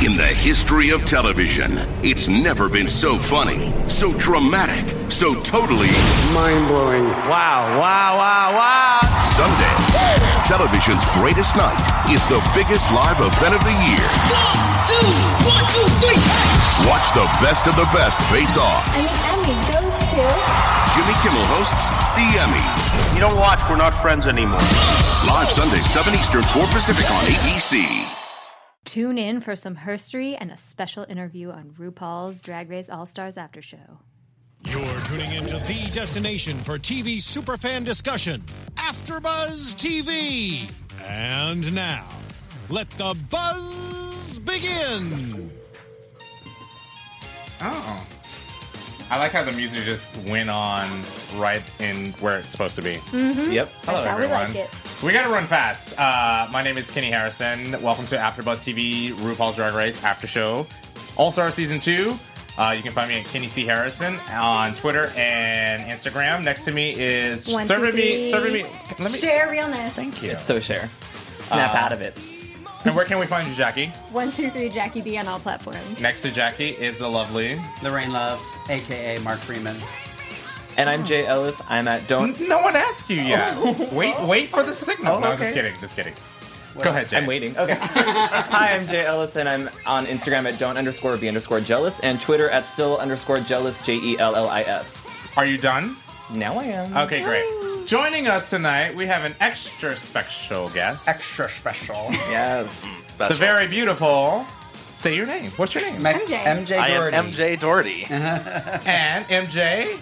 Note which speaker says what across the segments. Speaker 1: In the history of television, it's never been so funny, so dramatic, so totally
Speaker 2: Mind blowing.
Speaker 3: Wow, wow, wow, wow.
Speaker 1: Sunday. Television's greatest night is the biggest live event of the year. Watch the best of the best face off.
Speaker 4: And the Emmy goes to.
Speaker 1: Jimmy Kimmel hosts the Emmys.
Speaker 5: You don't watch, we're not friends anymore.
Speaker 1: Live Sunday, 7 Eastern, 4 Pacific on ABC.
Speaker 6: Tune in for some herstory and a special interview on RuPaul's Drag Race All Stars After Show.
Speaker 7: You're tuning into the destination for TV superfan discussion, AfterBuzz TV. And now, let the buzz begin.
Speaker 8: Oh. I like how the music just went on right in where it's supposed to be.
Speaker 5: Yep.
Speaker 8: Hello,
Speaker 6: Mm-hmm. how we
Speaker 8: everyone.
Speaker 6: like it.
Speaker 8: We gotta run fast. Uh, my name is Kenny Harrison. Welcome to AfterBuzz TV RuPaul's Drag Race After Show All Star Season Two. Uh, you can find me at Kenny C Harrison on Twitter and Instagram. Next to me is
Speaker 6: One, two,
Speaker 8: serving me,
Speaker 6: three.
Speaker 8: serving me. Let me.
Speaker 6: Share realness.
Speaker 8: Thank you.
Speaker 3: So share.
Speaker 2: Uh,
Speaker 3: Snap out of it.
Speaker 8: And where can we find you, Jackie?
Speaker 6: One, two, three, Jackie B on all platforms.
Speaker 8: Next to Jackie is the lovely.
Speaker 2: Lorraine Love, aka Mark Freeman.
Speaker 3: And I'm Jay Ellis. I'm at Don't.
Speaker 8: No one asked you yet. wait, wait for the signal.
Speaker 3: Oh,
Speaker 8: no, I'm just
Speaker 3: okay.
Speaker 8: kidding. Just kidding. Go ahead, Jay.
Speaker 3: I'm waiting. Okay. Hi, I'm Jay Ellis, and I'm on Instagram at don't underscore be underscore jealous, and Twitter at still underscore jealous, J E L L I S.
Speaker 8: Are you done?
Speaker 3: Now I am.
Speaker 2: Oh,
Speaker 8: Okay, great. Joining us tonight, we have an extra special guest.
Speaker 2: Extra special.
Speaker 3: Yes.
Speaker 8: the very beautiful. Say your name. What's your name?
Speaker 2: MJ. MJ
Speaker 5: I am
Speaker 2: Doherty.
Speaker 5: MJ Doherty.
Speaker 8: Uh-huh. And MJ.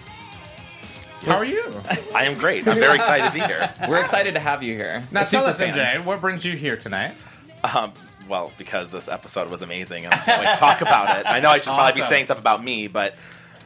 Speaker 8: How are you?
Speaker 5: I am great. I'm very excited to be here.
Speaker 3: We're excited to have you here.
Speaker 8: Now
Speaker 3: A
Speaker 8: tell
Speaker 3: super
Speaker 8: us,
Speaker 3: fan.
Speaker 8: MJ, what brings you here tonight?
Speaker 5: Um, well, because this episode was amazing, and I can always talk about it. I know I should probably be
Speaker 8: Awesome.
Speaker 5: saying stuff about me, but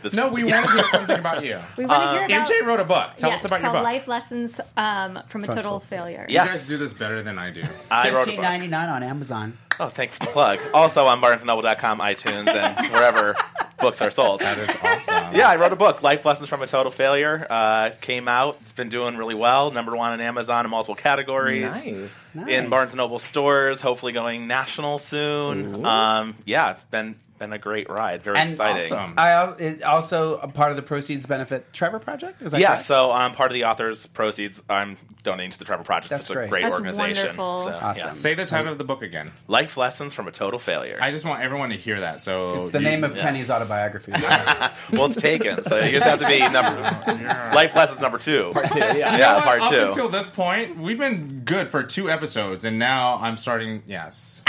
Speaker 5: this
Speaker 8: No, we want to hear something about you.
Speaker 6: We want to hear about.
Speaker 8: MJ wrote a book. Uh, Tell
Speaker 6: yes,
Speaker 8: us about
Speaker 6: called
Speaker 8: your book.
Speaker 6: Life Lessons um, from a Total Failure.
Speaker 5: Yeah.
Speaker 8: You guys do this better than I do.
Speaker 5: I wrote a book.
Speaker 2: 1599 on Amazon.
Speaker 5: Oh, thanks for the plug. Also on BarnesandNoble.com, iTunes, and wherever books are sold.
Speaker 8: That is awesome.
Speaker 5: Yeah, I wrote a book, Life Lessons from a Total Failure. Uh, came out. It's been doing really well. Number one on Amazon in multiple categones.
Speaker 3: Nice.
Speaker 5: In
Speaker 2: Nice.
Speaker 5: Barnes and Noble stores, hopefully going national soon. Um, yeah, it's been been a great ride. Very
Speaker 2: And
Speaker 5: exciting.
Speaker 8: awesome.
Speaker 2: I al- it also a part of the proceeds benefit Trevor Project. Is that
Speaker 5: Yeah,
Speaker 2: correct?
Speaker 5: so um, part of the author's proceeds I'm donating to the Trevor Project.
Speaker 2: That's
Speaker 5: it's a
Speaker 2: great.
Speaker 5: great,
Speaker 6: That's
Speaker 5: organization.
Speaker 6: wonderful.
Speaker 5: So, yeah.
Speaker 2: Awesome.
Speaker 8: Say the title of the book again.
Speaker 5: Life lessons from a total failure.
Speaker 8: I just want everyone to hear that. So
Speaker 2: it's the
Speaker 8: you-
Speaker 2: name of
Speaker 5: yeah.
Speaker 2: Kenny's autobiography.
Speaker 5: well, it's taken, so you just have to be number. life lessons number two. Part two. Yeah,
Speaker 8: You know what?
Speaker 5: part two.
Speaker 8: Up until this point, we've been good for two episodes, and now I'm starting. Yes,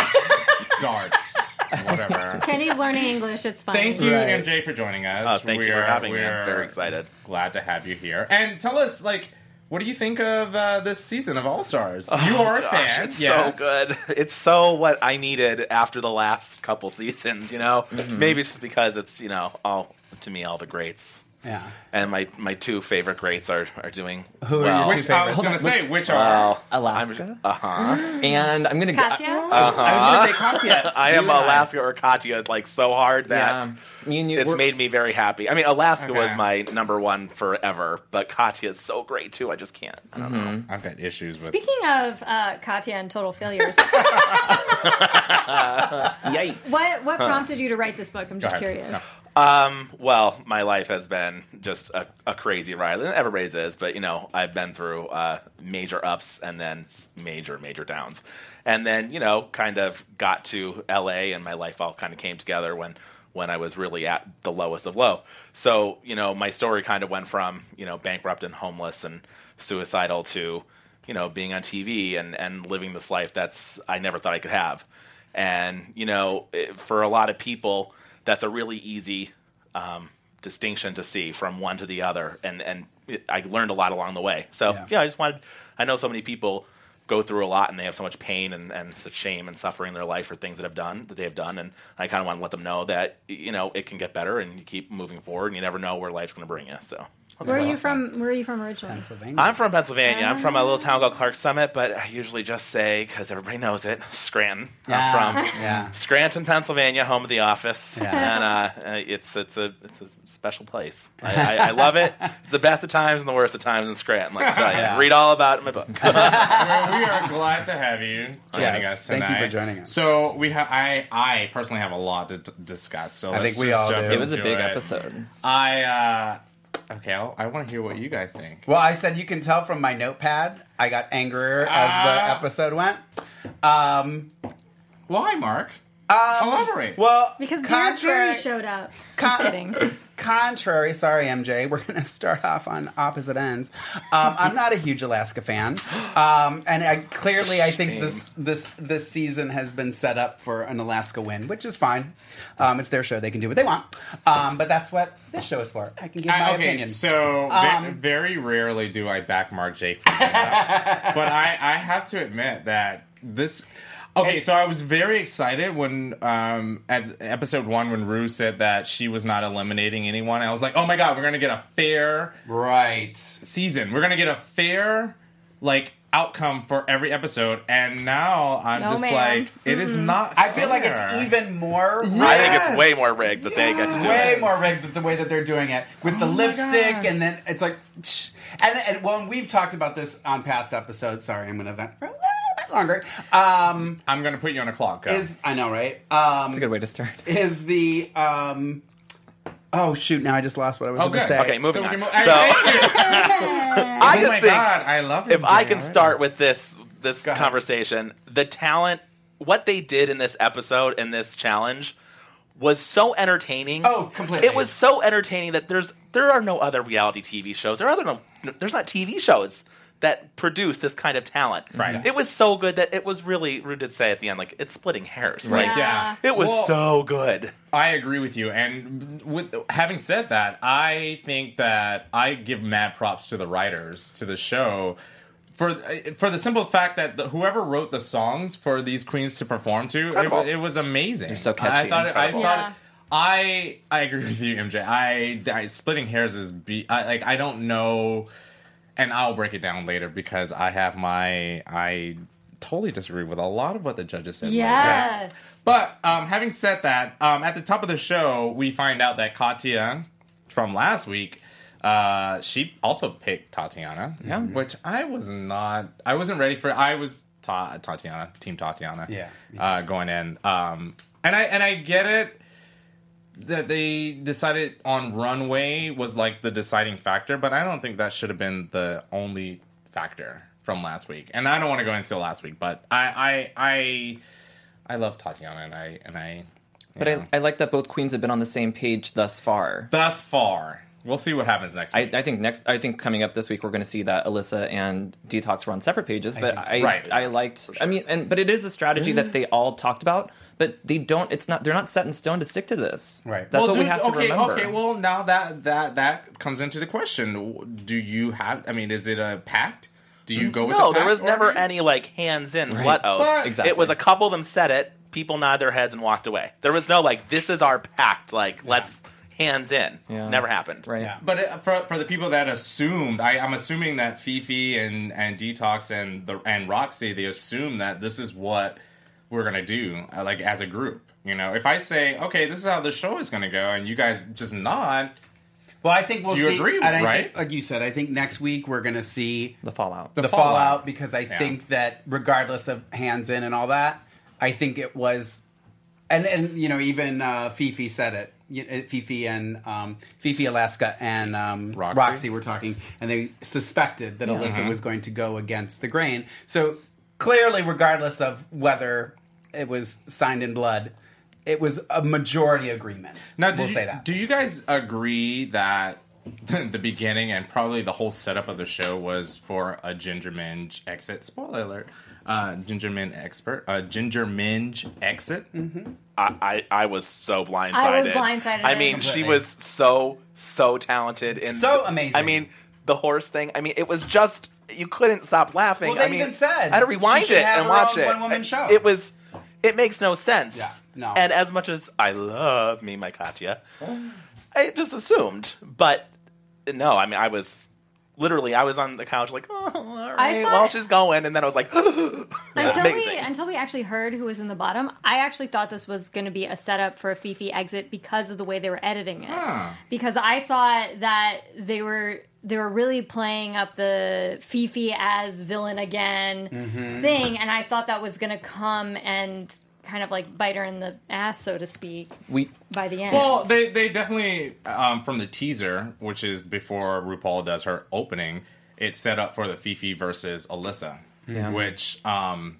Speaker 8: darts, whatever.
Speaker 6: Kenny's learning English. It's fine.
Speaker 8: Thank you,
Speaker 2: Right.
Speaker 8: MJ, for joining us.
Speaker 5: Oh, thank you for
Speaker 8: We're-
Speaker 5: having me.
Speaker 8: we're
Speaker 5: I'm very excited.
Speaker 8: Glad to have you here. And tell us, like, what do you think of uh, this season of All Stars? you are a
Speaker 5: Oh, Gosh,
Speaker 8: fan.
Speaker 5: It's
Speaker 8: yes.
Speaker 5: so good. It's so what I needed after the last couple seasons. You know, maybe it's just because it's you know all to me all the greats,
Speaker 2: yeah.
Speaker 5: and my my two favorite greats are are doing
Speaker 2: Who are
Speaker 5: well.
Speaker 2: your two
Speaker 8: Which I was
Speaker 2: favorites?
Speaker 8: going to say, which are
Speaker 5: Well,
Speaker 3: Alaska.
Speaker 5: Uh huh.
Speaker 2: uh-huh.
Speaker 3: and I'm gonna. go-
Speaker 6: Katya.
Speaker 8: Uh-huh.
Speaker 6: Uh-huh.
Speaker 3: I was gonna say Katya.
Speaker 5: I am
Speaker 3: You and I.
Speaker 5: Alaska or Katya. It's like so hard that.
Speaker 3: Yeah. Me and you.
Speaker 5: It's
Speaker 3: we're-
Speaker 5: made me very happy. I mean, Alaska
Speaker 8: Okay.
Speaker 5: was my number one forever, but Katya is so great too. I just can't. I don't know.
Speaker 8: I've got issues with.
Speaker 6: Speaking of uh, Katya and total failures,
Speaker 3: Yikes.
Speaker 6: what what prompted you to write this book? I'm just
Speaker 8: ahead.
Speaker 6: curious.
Speaker 8: No.
Speaker 5: Um, well, my life has been just a, a crazy ride. And Everybody's is, but you know, I've been through uh, major ups and then major, major downs. And then, you know, kind of got to LA and my life all kind of came together when when I was really at the lowest of low. So, you know, my story kind of went from, you know, bankrupt and homeless and suicidal to, you know, being on TV and, and living this life that's I never thought I could have. And, you know, it, for a lot of people, that's a really easy um, distinction to see from one to the other. And, and it, I learned a lot along the way. So,
Speaker 2: Yeah.
Speaker 5: yeah. I just wanted, I know so many people go through a lot and they have so much pain and, and such shame and suffering in their life for things that have done that they've done. And I kind of want to let them know that, you know, it can get better and you keep moving forward and you never know where life's going to bring you. So.
Speaker 6: Where are you from? Where are you from originally?
Speaker 2: Pennsylvania.
Speaker 5: I'm from Pennsylvania. I'm from a little town called Clark Summit, but I usually just say, because everybody knows it, Scranton. I'm from
Speaker 2: Yeah.
Speaker 5: Scranton, Pennsylvania, home of the office,
Speaker 2: Yeah.
Speaker 5: and uh, uh, it's it's a it's a special place. I, I, I love it. It's the best of times and the worst of times in Scranton. Like I tell you,
Speaker 2: Yeah.
Speaker 5: read all about it in my book.
Speaker 8: Well, we are glad to have you joining
Speaker 2: Yes,
Speaker 8: us
Speaker 2: thank
Speaker 8: tonight.
Speaker 2: you for joining us.
Speaker 8: So we have, I, I personally have a lot to d- discuss. So let's
Speaker 2: think we
Speaker 8: just
Speaker 2: all
Speaker 8: jump
Speaker 2: do.
Speaker 3: It was a
Speaker 8: into
Speaker 3: big
Speaker 8: it.
Speaker 3: episode.
Speaker 8: I uh, okay, I'll, I want to hear what you guys think.
Speaker 2: Well, I said you can tell from my notepad. I got angrier as the
Speaker 8: Ah.
Speaker 2: episode went. Um,
Speaker 8: Why, Mark? Elaborate.
Speaker 2: well,
Speaker 6: Because Derek
Speaker 2: contrary,
Speaker 6: Barry showed up.
Speaker 2: Con-
Speaker 6: Just kidding.
Speaker 2: contrary, sorry, MJ, we're going to start off on opposite ends. Um, I'm not a huge Alaska fan, um, and I, clearly, I think this this this season has been set up for an Alaska win, which is fine. Um, it's their show; they can do what they want. Um, but that's what this show is for. I can give my
Speaker 8: I- okay,
Speaker 2: opinion. Um,
Speaker 8: so ve- very rarely do I back Mark J. for stand up. but I, I have to admit that this. Okay, so I was very excited when um, at episode one when Rue said that she was not eliminating anyone. I was like, oh my god, we're gonna get a fair
Speaker 2: right.
Speaker 8: season. We're gonna get a fair like outcome for every episode. And now I'm
Speaker 6: No,
Speaker 8: just
Speaker 6: ma'am.
Speaker 8: like, it is not.
Speaker 2: I feel like
Speaker 8: fair.
Speaker 2: it's even more.
Speaker 5: I
Speaker 2: right.
Speaker 5: think it's way more rigged that they get to do
Speaker 2: way
Speaker 5: it.
Speaker 2: more rigged than the way that they're doing it with the lipstick, and then it's like, tch. and and well, and we've talked about this on past episodes. Sorry, I'm going to vent for a little bit longer. Um,
Speaker 8: I'm gonna put you on a clock. Go.
Speaker 2: is I know right? Um,
Speaker 3: It's a good way to start.
Speaker 2: is the um, oh shoot? Now I just lost what I was
Speaker 8: Oh,
Speaker 2: going to
Speaker 8: good.
Speaker 2: say.
Speaker 5: Okay, moving
Speaker 8: So we can
Speaker 5: on.
Speaker 8: move-
Speaker 5: so
Speaker 8: oh
Speaker 5: I just
Speaker 8: my
Speaker 5: think
Speaker 8: god, I love it.
Speaker 5: if I can start with this this conversation, the talent, what they did in this episode and this challenge was so entertaining.
Speaker 2: Oh, completely.
Speaker 5: It was so entertaining that there's there are no other reality TV shows. There are other no, there's not TV shows that produce this kind of talent.
Speaker 8: Right. Yeah.
Speaker 5: It was so good that it was really Rue did say at the end, like it's splitting hairs.
Speaker 8: Right,
Speaker 5: Like
Speaker 8: yeah.
Speaker 5: it was
Speaker 8: Well-
Speaker 5: so good.
Speaker 8: I agree with you. And with having said that, I think that I give mad props to the writers to the show for for the simple fact that the, whoever wrote the songs for these queens to perform to, it,
Speaker 5: Incredible.
Speaker 8: wa- it was amazing. They're
Speaker 3: so catchy
Speaker 8: I thought. It, I
Speaker 5: incredible.
Speaker 8: thought.
Speaker 6: Yeah.
Speaker 8: I I agree with you, MJ. I, I splitting hairs is be I, like I don't know, and I'll break it down later because I have my I totally disagree with a lot of what the judges said. later.
Speaker 6: yes.
Speaker 8: But um, having said that, um, at the top of the show, we find out that Katya from last week, uh, she also picked Tatiana. Yeah. Which I was not. I wasn't ready for. I was ta- Tatiana, team Tatiana.
Speaker 2: Yeah, me
Speaker 8: Uh, going in, um, and I and I get it that they decided on runway was like the deciding factor, but I don't think that should have been the only factor from last week. And I don't want to go into last week, but I I I, I love Tatiana and I and I
Speaker 3: But I, I like that both queens have been on the same page thus far.
Speaker 8: thus far. We'll see what happens next
Speaker 3: I,
Speaker 8: week.
Speaker 3: I think next. I think coming up this week, we're going to see that Alyssa and Detox were on separate pages. But I, I,
Speaker 8: Right.
Speaker 3: liked. I mean, and but it is a strategy that they all talked about. But they don't. It's not. They're not set in stone to stick to this.
Speaker 2: Right.
Speaker 3: That's
Speaker 8: well,
Speaker 3: what we
Speaker 8: dude,
Speaker 3: have to
Speaker 8: okay,
Speaker 3: remember.
Speaker 8: Okay, well now that that that comes into the question. Do you have I mean, is it a pact? Do you go with
Speaker 5: No,
Speaker 8: the
Speaker 5: there
Speaker 8: pact
Speaker 5: was never
Speaker 8: order?
Speaker 5: any like hands in what oh.
Speaker 8: But-
Speaker 3: Exactly.
Speaker 5: It was a couple of them said it, people nodded their heads and walked away. There was no like this is our pact, like let's hands in.
Speaker 3: Yeah.
Speaker 5: Never happened.
Speaker 3: right.
Speaker 2: Yeah.
Speaker 8: But uh, for for the people that assumed, I, I'm assuming that Fifi and and Detox and the and Roxy, they assume that this is what we're gonna do, uh, like as a group. You know, if I say, okay, this is how the show is gonna go, and you guys just nod,
Speaker 2: Well, I think we'll
Speaker 8: You
Speaker 2: see.
Speaker 8: agree,
Speaker 2: and I think,
Speaker 8: right?
Speaker 2: like you said, I think next week we're going to see
Speaker 3: The fallout.
Speaker 2: the, fallout.
Speaker 8: fallout.
Speaker 2: because I
Speaker 8: Yeah.
Speaker 2: think that regardless of hands in and all that, I think it was, and and you know even uh, Fifi said it. You- uh, Fifi and um, Fifi Alaska and um, Roxy.
Speaker 8: Roxy. Uh-huh.
Speaker 2: were talking, and they suspected that Alyssa was going to go against the grain. So clearly, regardless of whether it was signed in blood, it was a majority agreement.
Speaker 8: now do
Speaker 2: we'll
Speaker 8: you,
Speaker 2: say that.
Speaker 8: do you guys agree that the beginning and probably the whole setup of the show was for a Ginger Minge exit? Spoiler alert. Uh, Ginger Minge expert, uh, Ginger Minge exit.
Speaker 5: I, I, I was so blindsided.
Speaker 6: I was blindsided.
Speaker 5: I mean, she
Speaker 2: Completely.
Speaker 5: was so so talented and
Speaker 2: So amazing.
Speaker 5: I mean, the horse thing. I mean, it was just you couldn't stop laughing.
Speaker 2: Well, they
Speaker 5: I mean,
Speaker 2: even said
Speaker 5: I had to
Speaker 2: she
Speaker 5: rewind
Speaker 2: should
Speaker 5: it
Speaker 2: have
Speaker 5: and
Speaker 2: her
Speaker 5: watch
Speaker 2: own
Speaker 5: it.
Speaker 2: one-woman show.
Speaker 5: It was. It makes no sense.
Speaker 2: Yeah, no.
Speaker 5: And as much as I love me, my Katya, I just assumed, but no, I mean, I was literally, I was on the couch like, oh, all right,
Speaker 6: thought-
Speaker 5: well, she's going, and then I was like,
Speaker 6: Until we
Speaker 5: amazing.
Speaker 6: until we actually heard who was in the bottom, I actually thought this was going to be a setup for a Fifi exit because of the way they were editing it. Because I thought that they were they were really playing up the Fifi as villain again thing, and I thought that was going to come and kind of like bite her in the ass, so to speak,
Speaker 3: We
Speaker 6: by the end.
Speaker 8: Well, they they definitely um, from the teaser, which is before RuPaul does her opening, it's set up for the Fifi versus Alyssa, which um,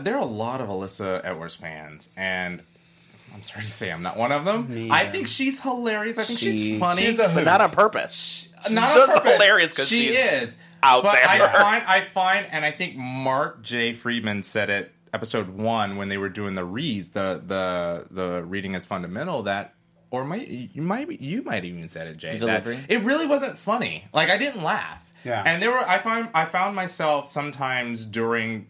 Speaker 8: there are a lot of Alyssa Edwards fans, and I'm sorry to say I'm not one of them. I think she's hilarious. I think
Speaker 2: She-
Speaker 8: she's funny.
Speaker 2: she's a
Speaker 5: but not on purpose.
Speaker 8: not
Speaker 5: just
Speaker 8: on purpose.
Speaker 5: hilarious because
Speaker 8: she
Speaker 5: she's
Speaker 8: is
Speaker 5: out
Speaker 8: but
Speaker 5: there.
Speaker 8: I find, I find, and I think Mark J. Friedman said it episode one when they were doing the reads, the the the reading is fundamental that. Or might you might you might even said it, Jay. that
Speaker 3: Delivery?
Speaker 8: It really wasn't funny. Like I didn't laugh.
Speaker 2: Yeah.
Speaker 8: And there were I found I found myself sometimes during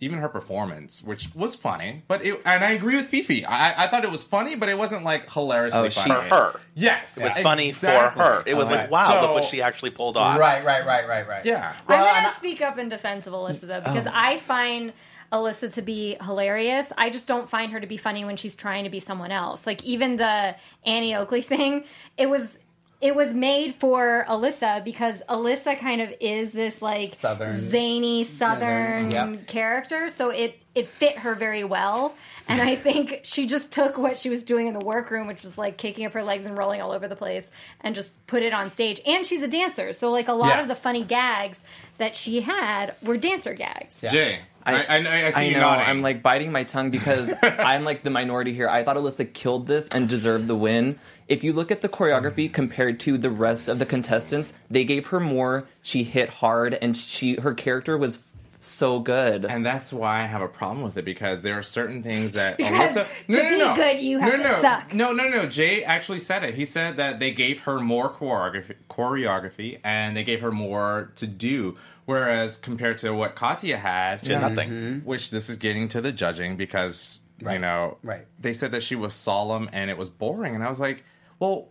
Speaker 8: even her performance, which was funny, but it and I agree with Fifi. I I thought it was funny, but it wasn't like hilariously
Speaker 3: Oh, she-
Speaker 8: funny.
Speaker 5: for her.
Speaker 8: Yes,
Speaker 5: It was funny for her. It was like,
Speaker 2: Alright.
Speaker 5: wow,
Speaker 8: So-
Speaker 5: look what she actually pulled off.
Speaker 2: Right, right, right, right, right.
Speaker 8: Yeah.
Speaker 2: Well,
Speaker 6: I'm going
Speaker 2: and I- Oh.
Speaker 6: to speak up in defense of Alyssa though, because I find Alyssa to be hilarious. I just don't find her to be funny when she's trying to be someone else. Like even the Annie Oakley thing, it was it was made for Alyssa because Alyssa kind of is this like
Speaker 2: Southern.
Speaker 6: zany southern
Speaker 2: Southern, yeah.
Speaker 6: character, so it it fit her very well. And I think she just took what she was doing in the workroom, which was like kicking up her legs and rolling all over the place, and just put it on stage. And she's a dancer, so like a lot
Speaker 8: Yeah.
Speaker 6: of the funny gags that she had were dancer gags.
Speaker 8: Jay, I, I, I, see
Speaker 3: I
Speaker 8: you
Speaker 3: know.
Speaker 8: nodding.
Speaker 3: I'm like biting my tongue because I'm like the minority here. I thought Alyssa killed this and deserved the win. If you look at the choreography compared to the rest of the contestants, they gave her more. She hit hard, and she her character was so good.
Speaker 8: and that's why I have a problem with it because there are certain things that
Speaker 6: Because
Speaker 8: Alyssa.
Speaker 6: to be good, you have
Speaker 8: no,
Speaker 6: to
Speaker 8: no.
Speaker 6: suck.
Speaker 8: No, no, no. Jay actually said it. He said that they gave her more choreography, choreography, and they gave her more to do. Whereas compared to what Katya had,
Speaker 5: She had nothing.
Speaker 6: Mm-hmm.
Speaker 8: which this is getting to the judging because you
Speaker 2: Right,
Speaker 8: know
Speaker 2: right.
Speaker 8: they said that she was solemn and it was boring and i was like well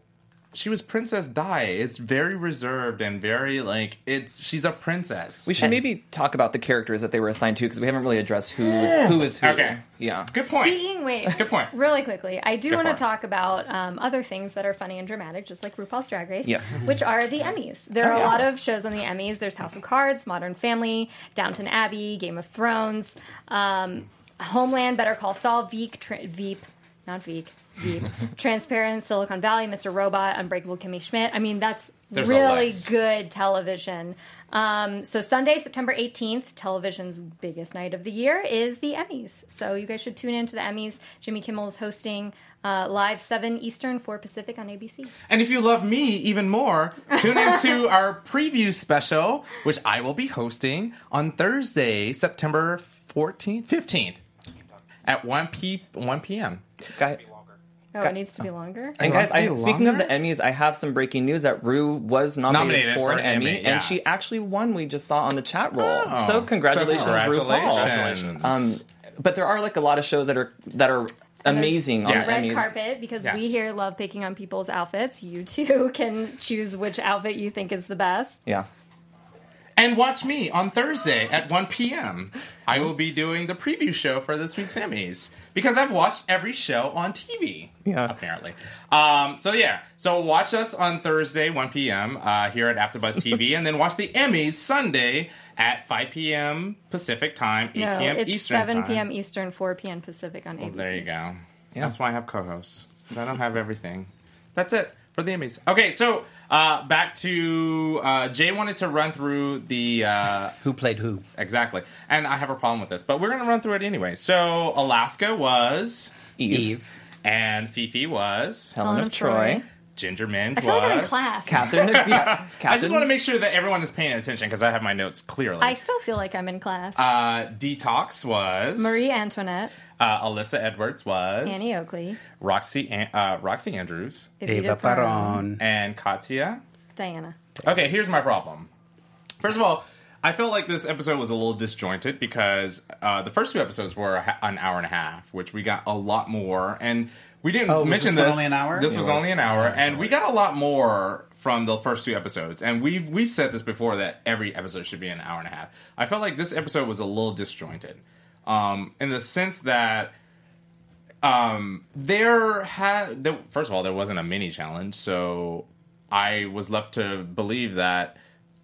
Speaker 8: she was princess di it's very reserved and very like it's she's a princess
Speaker 3: we should maybe talk about the characters that they were assigned to because we haven't really addressed who is who is who.
Speaker 8: Okay.
Speaker 3: Yeah.
Speaker 8: good point
Speaker 6: Speaking, wait,
Speaker 8: Good point.
Speaker 6: Really quickly, I do
Speaker 8: Good
Speaker 6: want to
Speaker 8: point.
Speaker 6: talk about um, other things that are funny and dramatic, just like RuPaul's Drag Race.
Speaker 3: Yes.
Speaker 6: which are the Emmys. There are
Speaker 3: Oh,
Speaker 6: a
Speaker 3: yeah.
Speaker 6: lot of shows on the Emmys. There's House of Cards, Modern Family, Downton Abbey, Game of Thrones, um, Homeland, Better Call Saul, Veep, tra- Veep, not Veep. Veep, Transparent, Silicon Valley, Mr. Robot, Unbreakable Kimmy Schmidt. I mean, that's
Speaker 8: There's a
Speaker 6: really
Speaker 8: list.
Speaker 6: good television. Um, so Sunday, September 18th, television's biggest night of the year is the Emmys. So you guys should tune in to the Emmys. Jimmy Kimmel is hosting uh, live 7 Eastern, 4 Pacific on ABC.
Speaker 8: and if you love me even more tune into our preview special which i will be hosting on thursday september 14th 15th at 1 p 1 p.m
Speaker 3: Guy-
Speaker 6: Oh, it needs to be longer.
Speaker 3: And
Speaker 8: Well,
Speaker 3: guys,
Speaker 8: that's
Speaker 3: I,
Speaker 8: been
Speaker 3: speaking of
Speaker 8: longer.
Speaker 3: the Emmys, I have some breaking news that Rue was
Speaker 8: Nominated
Speaker 3: nominated, for an, Emmy,
Speaker 8: yeah.
Speaker 3: and she actually won. We just saw on the chat roll.
Speaker 8: Oh.
Speaker 3: so congratulations, RuPaul.
Speaker 8: Congratulations.
Speaker 3: Um, but there are like a lot of shows that are that are amazing on
Speaker 8: Yes.
Speaker 3: the
Speaker 6: red
Speaker 3: Emmys.
Speaker 6: carpet because
Speaker 8: Yes.
Speaker 6: we here love picking on people's outfits. You too can choose which outfit you think is the best.
Speaker 3: Yeah.
Speaker 8: And watch me on Thursday at 1 p.m. I will be doing the preview show for this week's Emmys because I've watched every show on TV.
Speaker 3: Yeah.
Speaker 8: Apparently. Um, so, yeah. So, watch us on Thursday, 1 p.m. Uh, here at AfterBuzz TV, and then watch the Emmys Sunday at 5 p.m. Pacific time, 8
Speaker 6: No,
Speaker 8: p.m.
Speaker 6: it's
Speaker 8: Eastern
Speaker 6: 7
Speaker 8: time.
Speaker 6: p.m. Eastern, 4 p.m. Pacific on ABC.
Speaker 8: There you go. That's why I have co-hosts. 'cause I don't have everything. That's it for the Emmys. Okay, so uh, back to uh, Jay wanted to run through the uh,
Speaker 2: Who played who?
Speaker 8: exactly, and I have a problem with this, but we're gonna run through it anyway. So Alaska was,
Speaker 3: Eve.
Speaker 2: Eve.
Speaker 8: and Fifi was,
Speaker 3: Helen
Speaker 6: Helen
Speaker 3: of
Speaker 6: of Troy.
Speaker 3: Troy.
Speaker 8: Ginger Minj
Speaker 6: I feel like I'm in
Speaker 8: was.
Speaker 6: class.
Speaker 3: Catherine. the- yeah,
Speaker 8: I just
Speaker 3: Catherine-
Speaker 8: want to make sure that everyone is paying attention because I have my notes clearly.
Speaker 6: I still feel like I'm in class.
Speaker 8: uh, Detox was
Speaker 6: Marie Antoinette,
Speaker 8: Uh, Alyssa Edwards was
Speaker 6: Annie Oakley,
Speaker 8: Roxy An- uh, Roxy Andrews
Speaker 6: Evita
Speaker 2: Eva
Speaker 6: Peron,
Speaker 2: Peron.
Speaker 8: and Katya
Speaker 6: Diana.
Speaker 8: Okay, here's my problem. First of all, I felt like this episode was a little disjointed because uh, the first two episodes were a ha- an hour and a half, which we got a lot more, and we didn't
Speaker 2: Oh, was
Speaker 8: mention
Speaker 2: this
Speaker 8: this.
Speaker 2: one only an hour?
Speaker 8: This
Speaker 2: It
Speaker 8: was
Speaker 2: was.
Speaker 8: only an hour, and we got a lot more from the first two episodes, and we've we've said this before that every episode should be an hour and a half. I felt like this episode was a little disjointed, um, in the sense that um, there had there, first of all there wasn't a mini challenge, so I was left to believe that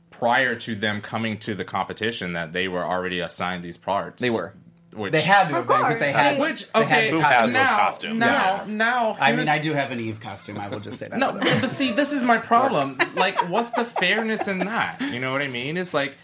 Speaker 8: prior to them coming to the competition that they were already assigned these parts.
Speaker 3: They were.
Speaker 8: Which,
Speaker 2: They had to have
Speaker 6: Of
Speaker 2: been because they
Speaker 6: course,
Speaker 2: had
Speaker 6: right.
Speaker 8: which
Speaker 2: they
Speaker 8: okay
Speaker 2: had
Speaker 5: Who has
Speaker 2: costumes.
Speaker 5: those
Speaker 8: now
Speaker 5: costumes?
Speaker 8: now
Speaker 6: Yeah.
Speaker 8: now
Speaker 2: I mean,
Speaker 8: here's-
Speaker 2: I do have an Eve costume. I will just say that.
Speaker 8: no, but see, this is my problem. Like, what's the fairness in that? You know what I mean? It's like,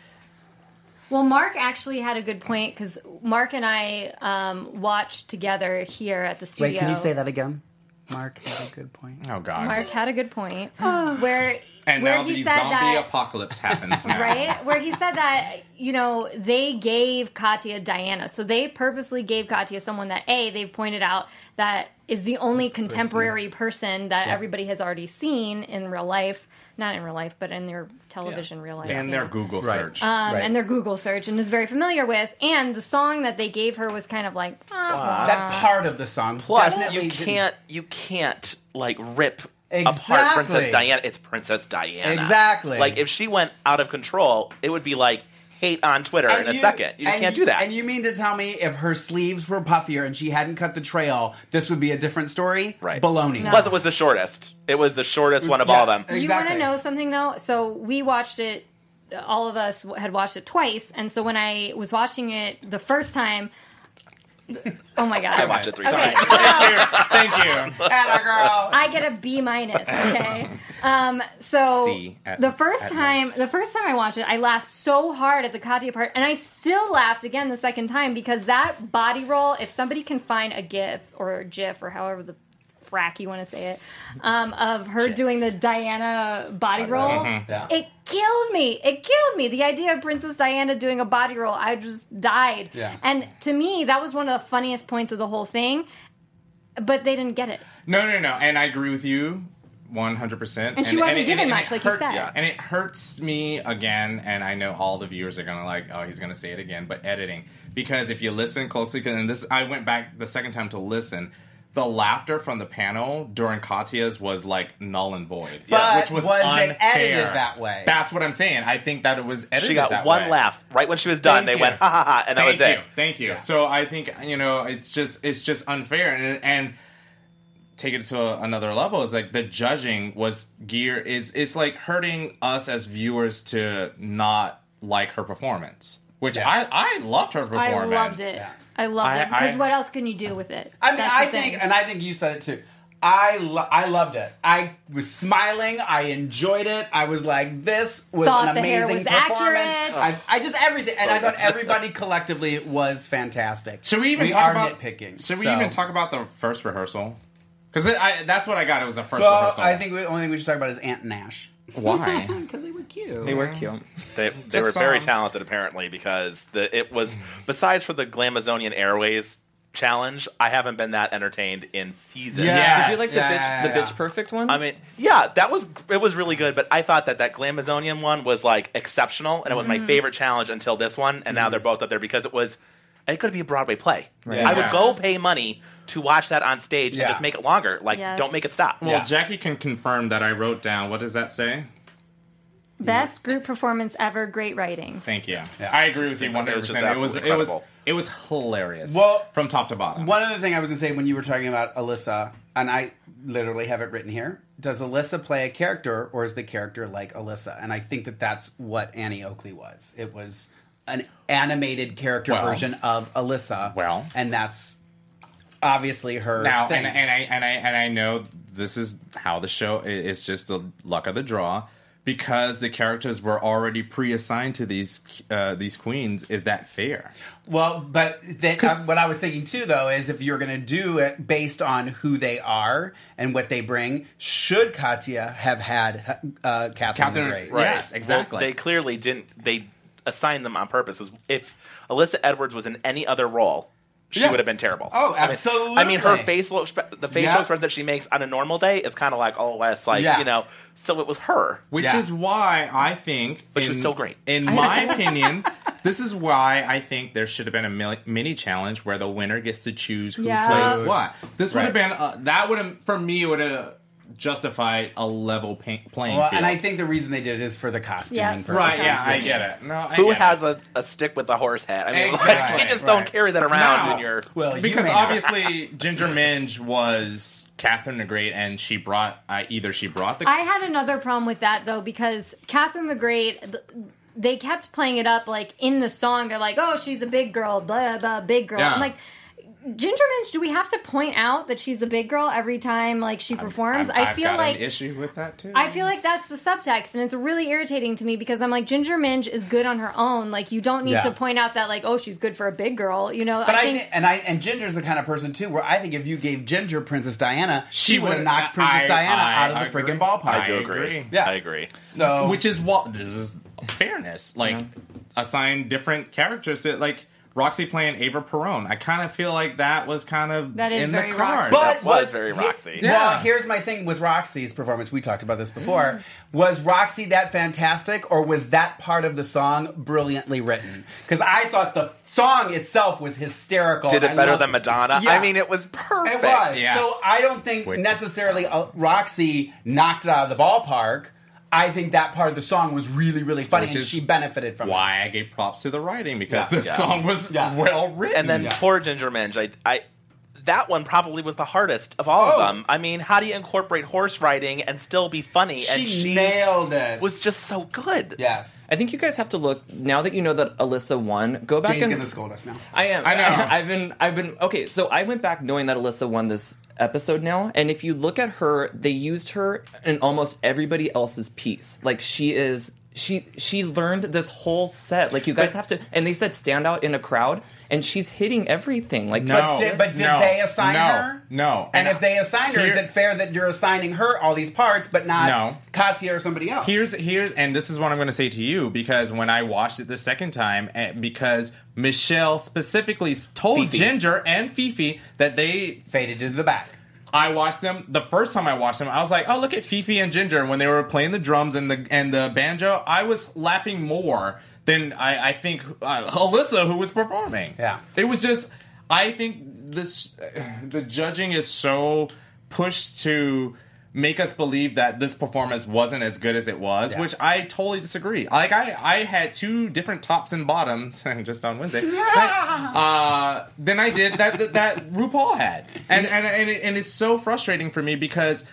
Speaker 6: Well, Mark actually had a good point because Mark and I um, watched together here at the studio.
Speaker 2: Wait, can you say that again? Mark had a good point.
Speaker 8: oh god.
Speaker 6: Mark had a good point where
Speaker 8: and
Speaker 6: where
Speaker 8: now
Speaker 6: he
Speaker 8: the zombie
Speaker 6: said that
Speaker 8: apocalypse happens now.
Speaker 6: right where he said that you know they gave Katya Diana, so they purposely gave Katya someone that a they've pointed out that is the only contemporary person that everybody has already seen in real life, not in real life, but in their television real life
Speaker 8: And
Speaker 6: you
Speaker 8: their
Speaker 6: know.
Speaker 8: Google
Speaker 2: Right.
Speaker 8: search.
Speaker 6: um,
Speaker 2: Right.
Speaker 6: and their Google search and is very familiar with. And the song that they gave her was kind of like, ah,
Speaker 2: that part of the song
Speaker 5: Uh, Plus,
Speaker 2: definitely
Speaker 5: you
Speaker 2: didn't-
Speaker 5: can't you can't like rip apart
Speaker 2: Exactly.
Speaker 5: Princess Diana. It's Princess Diana.
Speaker 2: Exactly.
Speaker 5: Like if she went out of control, it would be like hate on Twitter in a
Speaker 2: you-
Speaker 5: second. You just
Speaker 2: and
Speaker 5: can't do that.
Speaker 2: And you mean to tell me if her sleeves were puffier and she hadn't cut the trail, this would be a different story?
Speaker 5: right.
Speaker 2: Baloney.
Speaker 5: Plus, it was the shortest. It was the shortest one of all
Speaker 2: Yes.
Speaker 5: of them.
Speaker 6: you want
Speaker 2: exactly.
Speaker 6: to know something though? So we watched it. All of us had watched it twice, and so when I was watching it the first time, oh my god,
Speaker 5: I watched it three
Speaker 6: Okay,
Speaker 5: times.
Speaker 6: well,
Speaker 8: Thank you.
Speaker 2: Atta girl.
Speaker 6: I get a B minus. Okay, um, so
Speaker 8: C at-
Speaker 6: the first
Speaker 8: at
Speaker 6: time,
Speaker 8: most.
Speaker 6: the first time I watched it, I laughed so hard at the Katya part, and I still laughed again the second time because that body roll. If somebody can find a GIF or a GIF or however the frack you want to say it um, of her doing the Diana body roll,
Speaker 2: Yeah.
Speaker 8: Mm-hmm.
Speaker 6: it killed me. It killed me. The idea of Princess Diana doing a body roll, I just died.
Speaker 2: Yeah.
Speaker 6: And to me, that was one of the funniest points of the whole thing. But they didn't get it.
Speaker 8: No, no, no. And I agree with you 100%. And,
Speaker 6: she wasn't given
Speaker 8: it
Speaker 6: much, like you
Speaker 8: hurts-
Speaker 6: said.
Speaker 8: yeah. And it hurts me again. And I know all the viewers are going to like, oh, he's going to say it again. But editing. Because if you listen closely, 'cause- and this, I went back the second time to listen. The laughter from the panel during Katya's was like null and void.
Speaker 2: But
Speaker 8: which was,
Speaker 2: was it
Speaker 8: unfair.
Speaker 2: edited that way?
Speaker 8: That's what I'm saying. I think that it was edited
Speaker 5: She got
Speaker 8: that
Speaker 5: one
Speaker 8: way.
Speaker 5: laugh right when she was
Speaker 8: Thank
Speaker 5: done. they
Speaker 8: you.
Speaker 5: went ha ha ha, and that
Speaker 8: Thank
Speaker 5: was it.
Speaker 8: you. Thank you. So I think you know it's just it's just unfair and and take it to a- another level is like the judging was gear is it's like hurting us as viewers to not like her performance, which I I loved her
Speaker 6: I
Speaker 8: performance.
Speaker 6: loved it. I loved
Speaker 8: I-
Speaker 6: it because
Speaker 8: I-
Speaker 6: what else can you do with it?
Speaker 2: I mean,
Speaker 6: That's the
Speaker 2: I think,
Speaker 6: thing.
Speaker 2: and I think you said it too. I lo- I loved it. I was smiling. I enjoyed it. I was like, "This was
Speaker 6: Thought
Speaker 2: an
Speaker 6: the hair
Speaker 2: amazing
Speaker 6: was
Speaker 2: performance."
Speaker 6: accurate.
Speaker 2: I, I just everything, and I thought everybody collectively was fantastic.
Speaker 8: Should we even
Speaker 2: we
Speaker 8: talk
Speaker 2: are
Speaker 8: about
Speaker 2: nitpicking?
Speaker 8: Should we
Speaker 2: so-
Speaker 8: even talk about the first rehearsal? Because that's what I got. It was the first
Speaker 2: Well,
Speaker 8: rehearsal.
Speaker 2: I think we, the only thing we should talk about is Aunt Nash
Speaker 8: why.
Speaker 2: because they were cute.
Speaker 3: They were cute.
Speaker 5: They, they
Speaker 8: a
Speaker 5: were very
Speaker 8: song.
Speaker 5: talented, apparently, because the, it was, besides for the Glamazonian Airways challenge, I haven't been that entertained in seasons.
Speaker 2: Yeah.
Speaker 3: Did you like the
Speaker 2: Yeah,
Speaker 3: bitch,
Speaker 2: yeah,
Speaker 3: the
Speaker 2: yeah.
Speaker 3: bitch perfect one?
Speaker 5: I mean, yeah, that was, it was really good, but I thought that that Glamazonian one was like exceptional, and it was my favorite challenge until this one, and now they're both up there because it was, it could be a Broadway play.
Speaker 3: Right.
Speaker 5: I would
Speaker 8: Yes.
Speaker 5: go pay money to watch that on stage
Speaker 2: Yeah.
Speaker 5: and just make it longer. Like,
Speaker 6: Yes.
Speaker 5: don't make it stop.
Speaker 8: well,
Speaker 2: Yeah.
Speaker 8: Jackie can confirm that I wrote down. What does that say?
Speaker 6: best group performance ever. Great writing.
Speaker 8: Thank you. I agree with you
Speaker 5: It was
Speaker 8: 100.
Speaker 5: just
Speaker 8: percent It was
Speaker 5: absolutely
Speaker 8: it was
Speaker 5: incredible.
Speaker 8: it was hilarious.
Speaker 2: Well,
Speaker 8: from top to bottom.
Speaker 2: One other thing I was going to say when you were talking about Alyssa, and I literally have it written here. Does Alyssa play a character, or is the character like Alyssa? And I think that that's what Annie Oakley was. It was an animated character
Speaker 8: Well.
Speaker 2: version of Alyssa.
Speaker 8: Well.
Speaker 2: and that's obviously her
Speaker 8: now,
Speaker 2: thing.
Speaker 8: and, and I and I and I know this is how the show. i- It's just the luck of the draw because the characters were already pre-assigned to these uh, these queens. Is that fair?
Speaker 2: well, but that, um, what I was thinking too, though, is if you're going to do it based on who they are and what they bring, should Katya have had uh, Catherine, the Great?
Speaker 8: right. Yes, exactly.
Speaker 5: Well, they clearly didn't. They assigned them on purpose. 'cause If Alyssa Edwards was in any other role, she
Speaker 2: Yeah.
Speaker 5: would have been terrible.
Speaker 2: Oh,
Speaker 5: I mean- I mean, her
Speaker 2: absolutely.
Speaker 5: facial exp- the facial
Speaker 2: Yeah.
Speaker 5: expression that she makes on a normal day is kind of like oh, Wes, like
Speaker 2: Yeah.
Speaker 5: you know. So it was her.
Speaker 8: Which
Speaker 2: Yeah.
Speaker 8: is why I think,
Speaker 5: Which was so great.
Speaker 8: In my opinion, this is why I think there should have been a mil- mini challenge where the winner gets to choose who
Speaker 6: Yeah.
Speaker 8: plays what. This would have
Speaker 2: Right.
Speaker 8: been uh, that would have for me would have justify a level pa- playing
Speaker 2: Well,
Speaker 8: field.
Speaker 2: and I think the reason they did it is for the costuming
Speaker 6: Yeah.
Speaker 2: purposes.
Speaker 8: right, yeah, I
Speaker 2: which-
Speaker 8: get it. No, I
Speaker 5: Who
Speaker 8: get it.
Speaker 5: has a, a stick with a horse head? I mean, like,
Speaker 8: Exactly.
Speaker 5: you just
Speaker 2: Right.
Speaker 5: don't carry that around
Speaker 8: Now,
Speaker 5: in your.
Speaker 2: Well, you
Speaker 8: because
Speaker 2: may not.
Speaker 8: obviously Ginger Minge was Catherine the Great, and she brought uh, either she brought the
Speaker 6: I had another problem with that though because Catherine the Great. th- They kept playing it up like in the song. They're like, "Oh, she's a big girl, blah blah, big girl."
Speaker 8: Yeah.
Speaker 6: I'm like, Ginger Minch, do we have to point out that she's a big girl every time like she performs?
Speaker 8: I'm-
Speaker 6: I
Speaker 8: I've
Speaker 6: feel
Speaker 8: got
Speaker 6: like
Speaker 8: an issue with that too.
Speaker 6: I feel like that's the subtext, and it's really irritating to me because I'm like, Ginger Minge is good on her own. Like, you don't need
Speaker 2: Yeah.
Speaker 6: to point out that like, oh, she's good for a big girl. You know,
Speaker 2: But I think, and I and Ginger's the kind of person too, where I think if you gave Ginger Princess Diana, she, would have
Speaker 8: would've-
Speaker 2: knocked Princess
Speaker 8: I-
Speaker 2: Diana
Speaker 8: I
Speaker 2: out of the
Speaker 8: agree.
Speaker 2: friggin' ballpark.
Speaker 5: I do
Speaker 8: I
Speaker 5: agree.
Speaker 8: agree.
Speaker 2: Yeah.
Speaker 5: I agree.
Speaker 2: So,
Speaker 8: which is what this is fairness like assign different characters to like roxy playing ava perone i kind of feel like that was kind of
Speaker 6: That is
Speaker 8: in the
Speaker 6: very
Speaker 8: cards
Speaker 6: Roxy.
Speaker 5: That was
Speaker 2: but-
Speaker 5: very Roxy.
Speaker 8: Yeah.
Speaker 2: Well, here's my thing with Roxy's performance. We talked about this before. Was Roxy that fantastic, or was that part of the song brilliantly written? Because I thought the song itself was hysterical.
Speaker 5: Did
Speaker 2: I
Speaker 5: it better
Speaker 2: loved
Speaker 5: than Madonna?
Speaker 2: Yeah.
Speaker 5: I mean, it was perfect.
Speaker 2: It was.
Speaker 8: Yes.
Speaker 2: So I don't think
Speaker 8: Which-
Speaker 2: necessarily uh, Roxy knocked it out of the ballpark. I think that part of the song was really, really funny,
Speaker 8: Which
Speaker 2: and
Speaker 8: is
Speaker 2: she benefited from it.
Speaker 8: why i gave props to the writing because
Speaker 2: Yeah.
Speaker 8: the
Speaker 2: Yeah.
Speaker 8: song was
Speaker 2: Yeah.
Speaker 8: well written
Speaker 5: And then
Speaker 2: Yeah.
Speaker 5: poor Ginger Minge. I, I, that one probably was the hardest of all
Speaker 2: Oh.
Speaker 5: of them. I mean, how do you incorporate horse riding and still be funny?
Speaker 2: She,
Speaker 5: and she
Speaker 2: nailed it.
Speaker 5: was just so good.
Speaker 2: yes.
Speaker 3: I think you guys have to look now that you know that Alyssa won. Go back
Speaker 2: Jane's
Speaker 3: and
Speaker 2: gonna scold us now.
Speaker 3: I am.
Speaker 8: I know.
Speaker 3: I've been. I've been. Okay, so I went back knowing that Alyssa won this episode now, and if you look at her, they used her in almost everybody else's piece. Like she is. She she learned this whole set. Like you guys have to, and they said stand out in a crowd, and she's hitting everything. Like
Speaker 8: No.
Speaker 2: But did, but did
Speaker 8: No.
Speaker 2: they assign
Speaker 8: No.
Speaker 2: her?
Speaker 8: No.
Speaker 2: And if they assigned her, is
Speaker 8: Here-
Speaker 2: it fair that you're assigning her all these parts, but not
Speaker 8: No.
Speaker 2: Katya or somebody else?
Speaker 8: Here's here's and this is what I'm going to say to you because when I watched it the second time, eh, because Michelle specifically told
Speaker 3: Fifi.
Speaker 8: Ginger and Fifi that they
Speaker 2: faded into the back.
Speaker 8: I watched them the first time I watched them. I was like, "Oh, look at Fifi and Ginger when they were playing the drums and the and the banjo." I was laughing more than I, I think uh, Alyssa, who was performing.
Speaker 2: Yeah.
Speaker 8: it was just. I think this the judging is so pushed to make us believe that this performance wasn't as good as it was,
Speaker 2: Yeah.
Speaker 8: which I totally disagree. Like I, I had two different tops and bottoms just on Wednesday. uh, than I did that that, that RuPaul had, and and and, it, and it's so frustrating for me because,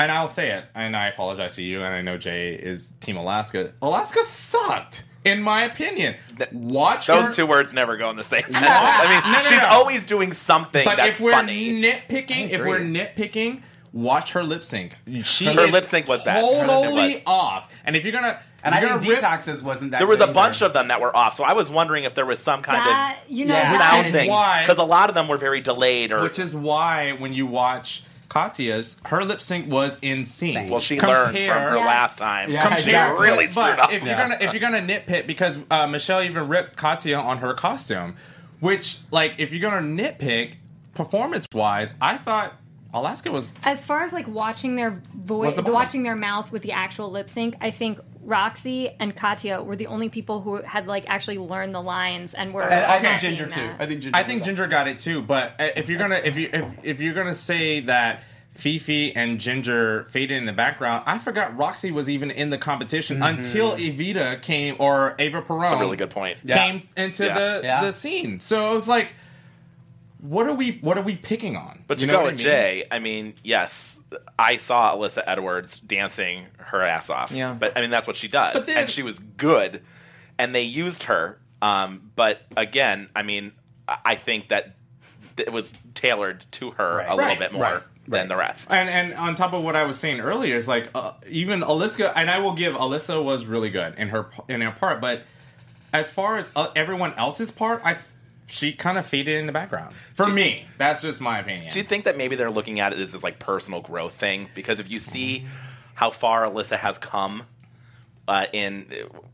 Speaker 8: and I'll say it, and I apologize to you, and I know Jay is Team Alaska. Alaska sucked, in my opinion. Watch her-
Speaker 5: Those two words never go in the same sentence. I mean,
Speaker 8: No, no,
Speaker 5: she's
Speaker 8: no.
Speaker 5: always doing something
Speaker 8: But
Speaker 5: that's
Speaker 8: if we're
Speaker 5: funny.
Speaker 8: nitpicking, if
Speaker 3: agree.
Speaker 8: we're nitpicking, watch her lip sync. She
Speaker 5: Her
Speaker 8: is
Speaker 5: lip sync was bad. Her lip sync
Speaker 8: totally
Speaker 5: was-
Speaker 8: off. And if you're gonna,
Speaker 2: And
Speaker 8: you're
Speaker 2: I
Speaker 8: gonna
Speaker 2: think
Speaker 8: rip-
Speaker 2: detoxes wasn't that.
Speaker 5: there was
Speaker 2: good
Speaker 5: a bunch
Speaker 2: either.
Speaker 5: of them that were off, so I was wondering if there was some kind
Speaker 6: that
Speaker 5: of
Speaker 6: you know
Speaker 2: Yeah.
Speaker 6: that-
Speaker 5: sound
Speaker 8: is
Speaker 5: thing
Speaker 8: why-
Speaker 5: because a lot of them were very delayed or
Speaker 8: Which is why when you watch Katya's, her lip sync was in sync.
Speaker 5: well, she learned from
Speaker 8: Compare-
Speaker 5: her
Speaker 6: Yes.
Speaker 5: last time.
Speaker 2: Yeah,
Speaker 5: she
Speaker 2: exactly.
Speaker 5: really
Speaker 8: but
Speaker 5: screwed up.
Speaker 8: If you're gonna if you're gonna nitpick because uh, Michelle even ripped Katya on her costume, which like if you're gonna nitpick performance wise, I thought Alaska was
Speaker 6: as far as like watching their voice,
Speaker 8: What's the problem?
Speaker 6: watching their mouth with the actual lip sync. I think Roxy and Katya were the only people who had like actually learned the lines and were.
Speaker 2: And I
Speaker 8: Okay.
Speaker 2: think Ginger too. I think Ginger.
Speaker 8: I think
Speaker 2: was
Speaker 8: Ginger got it too, but uh, if you're gonna if you if, if you're gonna say that Fifi and Ginger faded in the background, I forgot Roxy was even in the competition
Speaker 2: Mm-hmm.
Speaker 8: until Evita came or Ava Perone. That's
Speaker 5: a really good point.
Speaker 8: Came into
Speaker 5: Yeah.
Speaker 8: the
Speaker 2: Yeah.
Speaker 8: the scene, so it was like, what are we what are we picking on?
Speaker 5: But to
Speaker 8: You know
Speaker 5: go
Speaker 8: what
Speaker 5: with
Speaker 8: I mean?
Speaker 5: Jay, I mean, yes, I saw Alyssa Edwards dancing her ass off.
Speaker 3: Yeah.
Speaker 5: But I mean, that's what she does.
Speaker 8: But then-
Speaker 5: and she was good, and they used her. Um, but again, I mean, I I think that it was tailored to her a little
Speaker 8: Right,
Speaker 5: bit more
Speaker 8: right,
Speaker 5: than the rest.
Speaker 8: And and on top of what I was saying earlier is like uh, even Alyssa and I will give Alyssa was really good in her in her part, but as far as uh, everyone else's part, I she kind of faded in the background for me. That's just my opinion.
Speaker 5: Do you think that maybe they're looking at it as this like personal growth thing? Because if you see how far Alyssa has come uh, in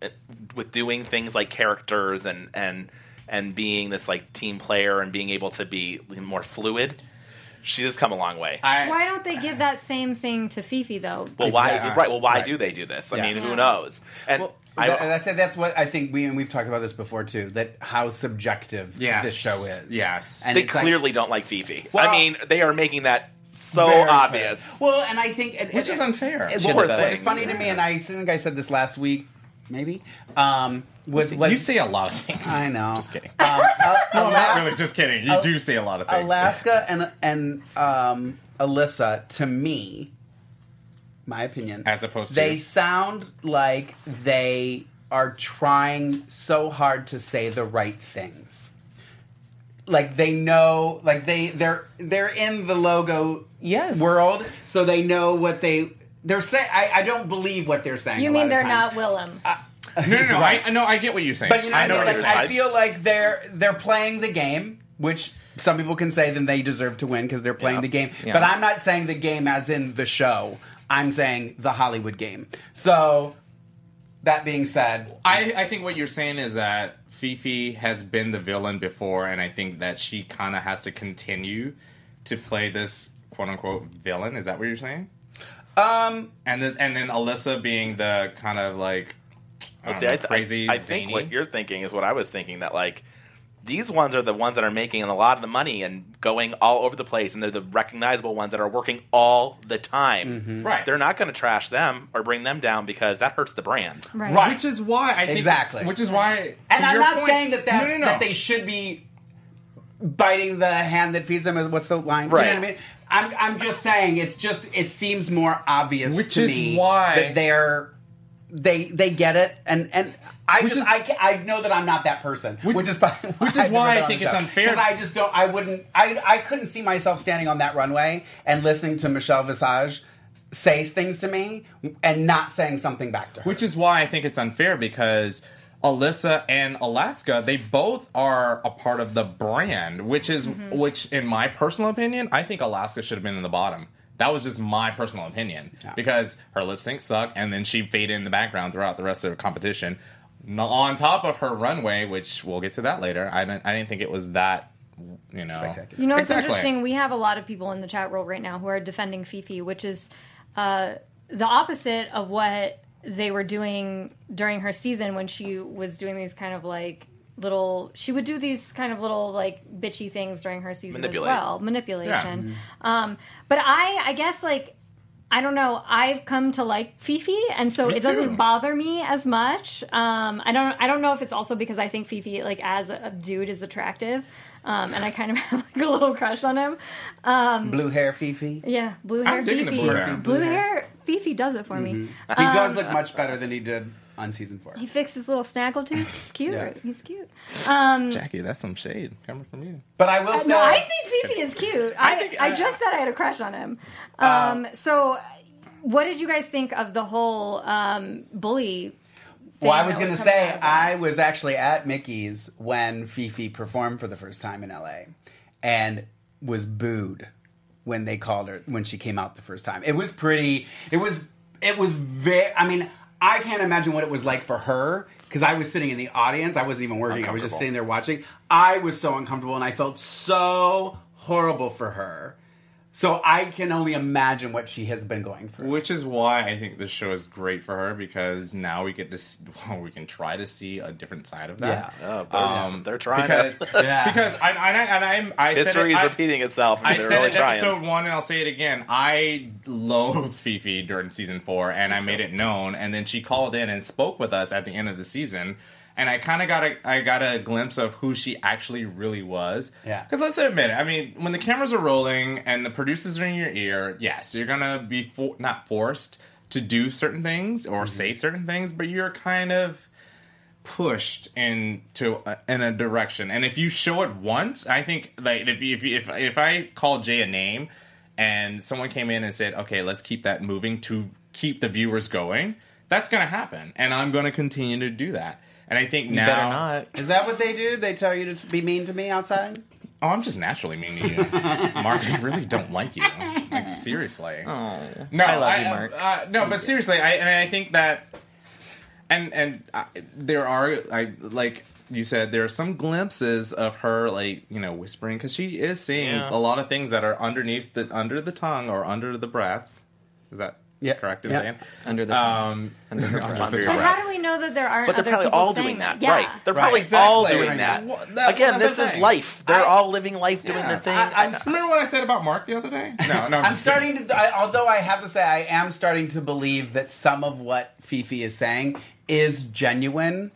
Speaker 5: uh, with doing things like characters and and and being this like team player and being able to be more fluid, she has come a long way.
Speaker 8: I,
Speaker 6: Why don't they give that same thing to Fifi though?
Speaker 5: well, why
Speaker 2: Exactly.
Speaker 5: right? Well, why
Speaker 2: Right.
Speaker 5: do they do this? I
Speaker 2: Yeah.
Speaker 5: mean,
Speaker 6: Yeah.
Speaker 5: who knows? And I,
Speaker 2: That- that's it. That's what I think we and we've talked about this before too. That how subjective
Speaker 8: Yes.
Speaker 2: this show is.
Speaker 8: Yes.
Speaker 2: and
Speaker 5: they
Speaker 2: it's like-
Speaker 5: clearly don't like Fifi.
Speaker 2: Well-
Speaker 5: I mean, they are making that so
Speaker 2: Very
Speaker 5: obvious.
Speaker 2: fair. Well, and I think it,
Speaker 8: Which is unfair.
Speaker 2: It,
Speaker 5: Should
Speaker 2: what-
Speaker 5: have been.
Speaker 2: what's funny to me, and I think I said this last week, maybe. Um, was what
Speaker 8: you say a lot of things.
Speaker 2: I know.
Speaker 8: Just kidding.
Speaker 2: Al-
Speaker 8: no, not
Speaker 2: Alas-
Speaker 8: really. Just kidding. You
Speaker 2: Al-
Speaker 8: do say a lot of things.
Speaker 2: Alaska and and um, Alyssa to me, my opinion,
Speaker 8: As opposed to-
Speaker 2: they sound like they are trying so hard to say the right things. Like they know, like they they're they're in the logo
Speaker 3: Yes.
Speaker 2: world, so they know what they they're saying. I don't believe what they're saying.
Speaker 6: You
Speaker 2: a lot
Speaker 6: mean
Speaker 2: of
Speaker 6: they're
Speaker 2: times. Uh,
Speaker 6: not Willem?
Speaker 8: No, no, no. I, no, I get what you're saying.
Speaker 2: But you know, I,
Speaker 8: I know
Speaker 2: mean,
Speaker 8: what
Speaker 2: like,
Speaker 8: you're saying.
Speaker 2: I feel like they're they're playing the game, which some people can say then they deserve to win because they're playing
Speaker 3: Yeah.
Speaker 2: the game.
Speaker 3: Yeah.
Speaker 2: But I'm not saying the game as in the show. I'm saying the Hollywood game. So that being said,
Speaker 8: I, I think what you're saying is that Fifi has been the villain before, and I think that she kind of has to continue to play this quote unquote villain. Is that what you're saying? Um, and this, and then Alyssa being the kind of like I don't
Speaker 5: See,
Speaker 8: know,
Speaker 5: I th- I-
Speaker 8: Um, crazy.
Speaker 5: I, think
Speaker 8: zany.
Speaker 5: what you're thinking is what I was thinking that like these ones are the ones that are making a lot of the money and going all over the place, and they're the recognizable ones that are working all the time.
Speaker 8: Right.
Speaker 5: They're not going to trash them or bring them down because that hurts the brand.
Speaker 6: Right.
Speaker 8: which is why I think
Speaker 2: Exactly.
Speaker 8: Which is why,
Speaker 2: and
Speaker 8: to
Speaker 2: I'm
Speaker 8: your
Speaker 2: not
Speaker 8: point-
Speaker 2: saying that that's,
Speaker 8: no, no, no.
Speaker 2: that they should be biting the hand that feeds them. Is what's the line? You
Speaker 5: Right.
Speaker 2: know what I mean? I'm I'm just saying it's just it seems more obvious
Speaker 8: Which
Speaker 2: to
Speaker 8: is
Speaker 2: me
Speaker 8: why-
Speaker 2: that they're they they get it and and. I
Speaker 8: Which
Speaker 2: just
Speaker 8: is-
Speaker 2: I, ca- I know that I'm not that person, which,
Speaker 8: Which-
Speaker 2: is probably
Speaker 8: which is why I
Speaker 2: never
Speaker 8: think
Speaker 2: been on
Speaker 8: it's
Speaker 2: the show.
Speaker 8: unfair.
Speaker 2: 'Cause I just don't I wouldn't I I couldn't see myself standing on that runway and listening to Michelle Visage say things to me and not saying something back to her.
Speaker 8: Which is why I think it's unfair because Alyssa and Alaska, they both are a part of the brand, which is which in my personal opinion, I think Alaska should have been in the bottom. That was just my personal opinion because her lip sync sucked and then she faded in the background throughout the rest of the competition. N- On top of her runway, which we'll get to that later, I didn't, I didn't think it was that, you know.
Speaker 2: Spectacular.
Speaker 6: You know, it's
Speaker 8: Exactly.
Speaker 6: interesting. We have a lot of people in the chat world right now who are defending Fifi, which is uh, the opposite of what they were doing during her season when she was doing these kind of like little. She would do these kind of little like bitchy things during her season
Speaker 5: Manipulate.
Speaker 6: as well, manipulation. Um, but I, I guess like. I don't know. I've come to like Fifi, and so
Speaker 8: Me
Speaker 6: it doesn't
Speaker 8: too.
Speaker 6: bother me as much. Um, I don't. I don't know if it's also because I think Fifi, like as a dude, is attractive, um, and I kind of have like a little crush on him. Um,
Speaker 2: Blue hair, Fifi.
Speaker 6: Yeah, blue hair
Speaker 8: digging the
Speaker 6: Fifi.
Speaker 8: blue hair. Mm-hmm.
Speaker 6: Blue hair Fifi does it for me.
Speaker 2: He does look much better than he did on season four.
Speaker 6: Um, He fixed his little snaggle tooth. He's cute.
Speaker 2: Yeah.
Speaker 6: He's cute.
Speaker 8: Jackie, that's some shade coming from you.
Speaker 2: But I will say,
Speaker 6: No, I think Fifi is cute. I, I,
Speaker 8: think- uh,
Speaker 6: just said I had a crush on him. Um, so, what did you guys think of the whole um, bully?
Speaker 2: well, I
Speaker 6: thing
Speaker 2: was
Speaker 6: that
Speaker 2: going to
Speaker 6: coming
Speaker 2: say,
Speaker 6: out of that?
Speaker 2: I was actually at Mickey's when Fifi performed for the first time in LA and was booed when they called her, when she came out the first time. It was pretty, it was, it was very, I mean, I can't imagine what it was like for her because I was sitting in the audience. I wasn't even working. I was just
Speaker 8: Uncomfortable.
Speaker 2: sitting there watching. I was so uncomfortable and I felt so horrible for her. So I can only imagine what she has been going through.
Speaker 8: Which is why I think this show is great for her because now we get to s well, we can try to see a different side of that.
Speaker 2: Yeah.
Speaker 5: Oh, they're, they're trying.
Speaker 8: um, Because,
Speaker 5: to,
Speaker 2: Yeah.
Speaker 8: because I, I, and I, I said
Speaker 5: history
Speaker 8: it,
Speaker 5: is
Speaker 8: I,
Speaker 5: repeating itself. and
Speaker 8: I
Speaker 5: they're
Speaker 8: said
Speaker 5: really
Speaker 8: it in
Speaker 5: trying.
Speaker 8: episode one, and I'll say it again. I loathed Fifi during season four, and I made it known. And then she called in and spoke with us at the end of the season, and I kind of got a I got a glimpse of who she actually really was.
Speaker 2: Yeah.
Speaker 8: Because let's admit it. I mean, when the cameras are rolling and the producers are in your ear, yes, you're gonna be for, not forced to do certain things or say certain things, but you're kind of pushed into a, in a direction. And if you show it once, I think like if you- if you- if if I call Jay a name and someone came in and said, "Okay, let's keep that moving to keep the viewers going," that's going to happen, and I'm going to continue to do that. And I think now,
Speaker 3: Better not.
Speaker 2: Is that what they do? They tell you to be mean to me outside?
Speaker 8: Oh, I'm just naturally mean to you, Mark. I really don't like you. Like seriously. no,
Speaker 3: I love you, Mark.
Speaker 8: Uh, no, but seriously, I and I think that, and and I, there are I like you said there are some glimpses of her like you know whispering because she is seeing
Speaker 5: Yeah.
Speaker 8: a lot of things that are underneath the under the tongue or under the breath. Is that
Speaker 2: Yeah.
Speaker 8: correct in
Speaker 2: Yeah.
Speaker 8: saying.
Speaker 3: Under the
Speaker 8: Um,
Speaker 3: under her breath.
Speaker 5: Under your
Speaker 6: But
Speaker 5: breath.
Speaker 6: how do we know that there aren't
Speaker 5: But they're
Speaker 6: other
Speaker 5: probably
Speaker 6: people
Speaker 5: all
Speaker 6: saying
Speaker 5: doing that,
Speaker 6: Yeah.
Speaker 5: right? They're
Speaker 2: Right,
Speaker 5: probably
Speaker 2: exactly.
Speaker 5: all doing that.
Speaker 8: Right. Well, that's-
Speaker 5: Again,
Speaker 8: that's
Speaker 5: this
Speaker 8: the
Speaker 5: is
Speaker 8: thing.
Speaker 5: life. They're
Speaker 2: I-
Speaker 5: all living life, doing their
Speaker 8: Yes.
Speaker 5: thing.
Speaker 2: I, I'm,
Speaker 8: remember what I said about Mark the other day? No, no.
Speaker 2: I'm starting to, I, although I have to say, I am starting to believe that some of what Fifi is saying is genuine.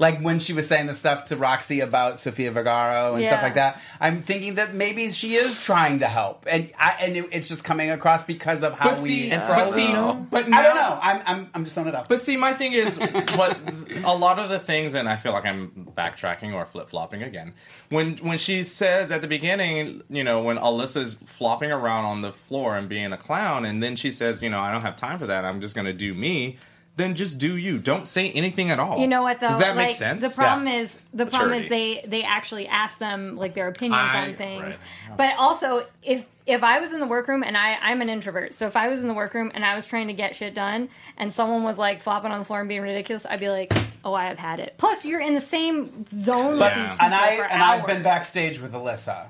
Speaker 2: Like when she was saying the stuff to Roxy about Sofia Vergara and stuff
Speaker 6: Yeah.
Speaker 2: like that, I'm thinking that maybe she is trying to help, and I, and it, it's just coming across because of how
Speaker 8: But
Speaker 2: we.
Speaker 8: see,
Speaker 3: And for
Speaker 8: but
Speaker 3: all we
Speaker 8: see,
Speaker 3: know-
Speaker 8: but
Speaker 2: I don't
Speaker 8: now-
Speaker 2: know. I'm I'm, I'm just throwing it up.
Speaker 8: But see, my thing is, what a lot of the things, and I feel like I'm backtracking or flip flopping again. When when she says at the beginning, you know, when Alyssa's flopping around on the floor and being a clown, and then she says, you know, I don't have time for that. I'm just going to do me. Then just do you. Don't say anything at all.
Speaker 6: You know what though?
Speaker 8: Does that
Speaker 6: like,
Speaker 8: make sense?
Speaker 6: The problem is the problem is
Speaker 5: Maturity.
Speaker 6: they they actually ask them like their opinions
Speaker 8: I-
Speaker 6: on things.
Speaker 8: right.
Speaker 6: But also if if I was in the workroom and I I'm an introvert, so if I was in the workroom and I was trying to get shit done and someone was like flopping on the floor and being ridiculous, I'd be like, oh, I have had it. Plus, you're in the same zone
Speaker 8: But-
Speaker 6: with these people
Speaker 2: and I
Speaker 6: for
Speaker 2: and I've been
Speaker 6: hours.
Speaker 2: backstage with Alyssa,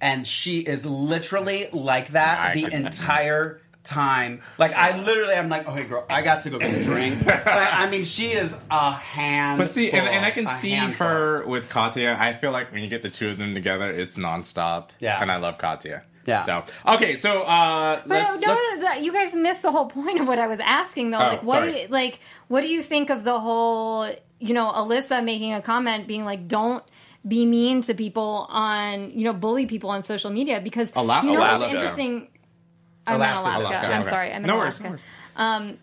Speaker 2: and she is literally like that
Speaker 8: I
Speaker 2: the
Speaker 8: can-
Speaker 2: entire time. Like I literally, I'm like, okay, girl, I got to go get a drink. Like, I mean, she is a hand.
Speaker 8: But see, and, and I can
Speaker 2: a
Speaker 8: see
Speaker 2: handful.
Speaker 8: her with Katya. I feel like when you get the two of them together, it's nonstop.
Speaker 2: Yeah.
Speaker 8: and I love Katya.
Speaker 2: Yeah.
Speaker 8: So okay, so uh,
Speaker 6: But
Speaker 8: let's,
Speaker 6: no,
Speaker 8: let's
Speaker 6: no, no, you guys missed the whole point of what I was asking though.
Speaker 8: Oh,
Speaker 6: like what do
Speaker 8: sorry.
Speaker 6: you like what do you think of the whole you know, Alyssa making a comment being like, Don't be mean to people on you know, bully people on social media because
Speaker 8: Alaska.
Speaker 6: you know what's
Speaker 8: Alaska.
Speaker 6: interesting I'm in
Speaker 2: Alaska.
Speaker 6: Alaska.
Speaker 8: Alaska,
Speaker 6: I'm
Speaker 8: okay.
Speaker 6: sorry, I'm in
Speaker 8: No worries,
Speaker 6: Alaska.
Speaker 8: no worries.
Speaker 6: Um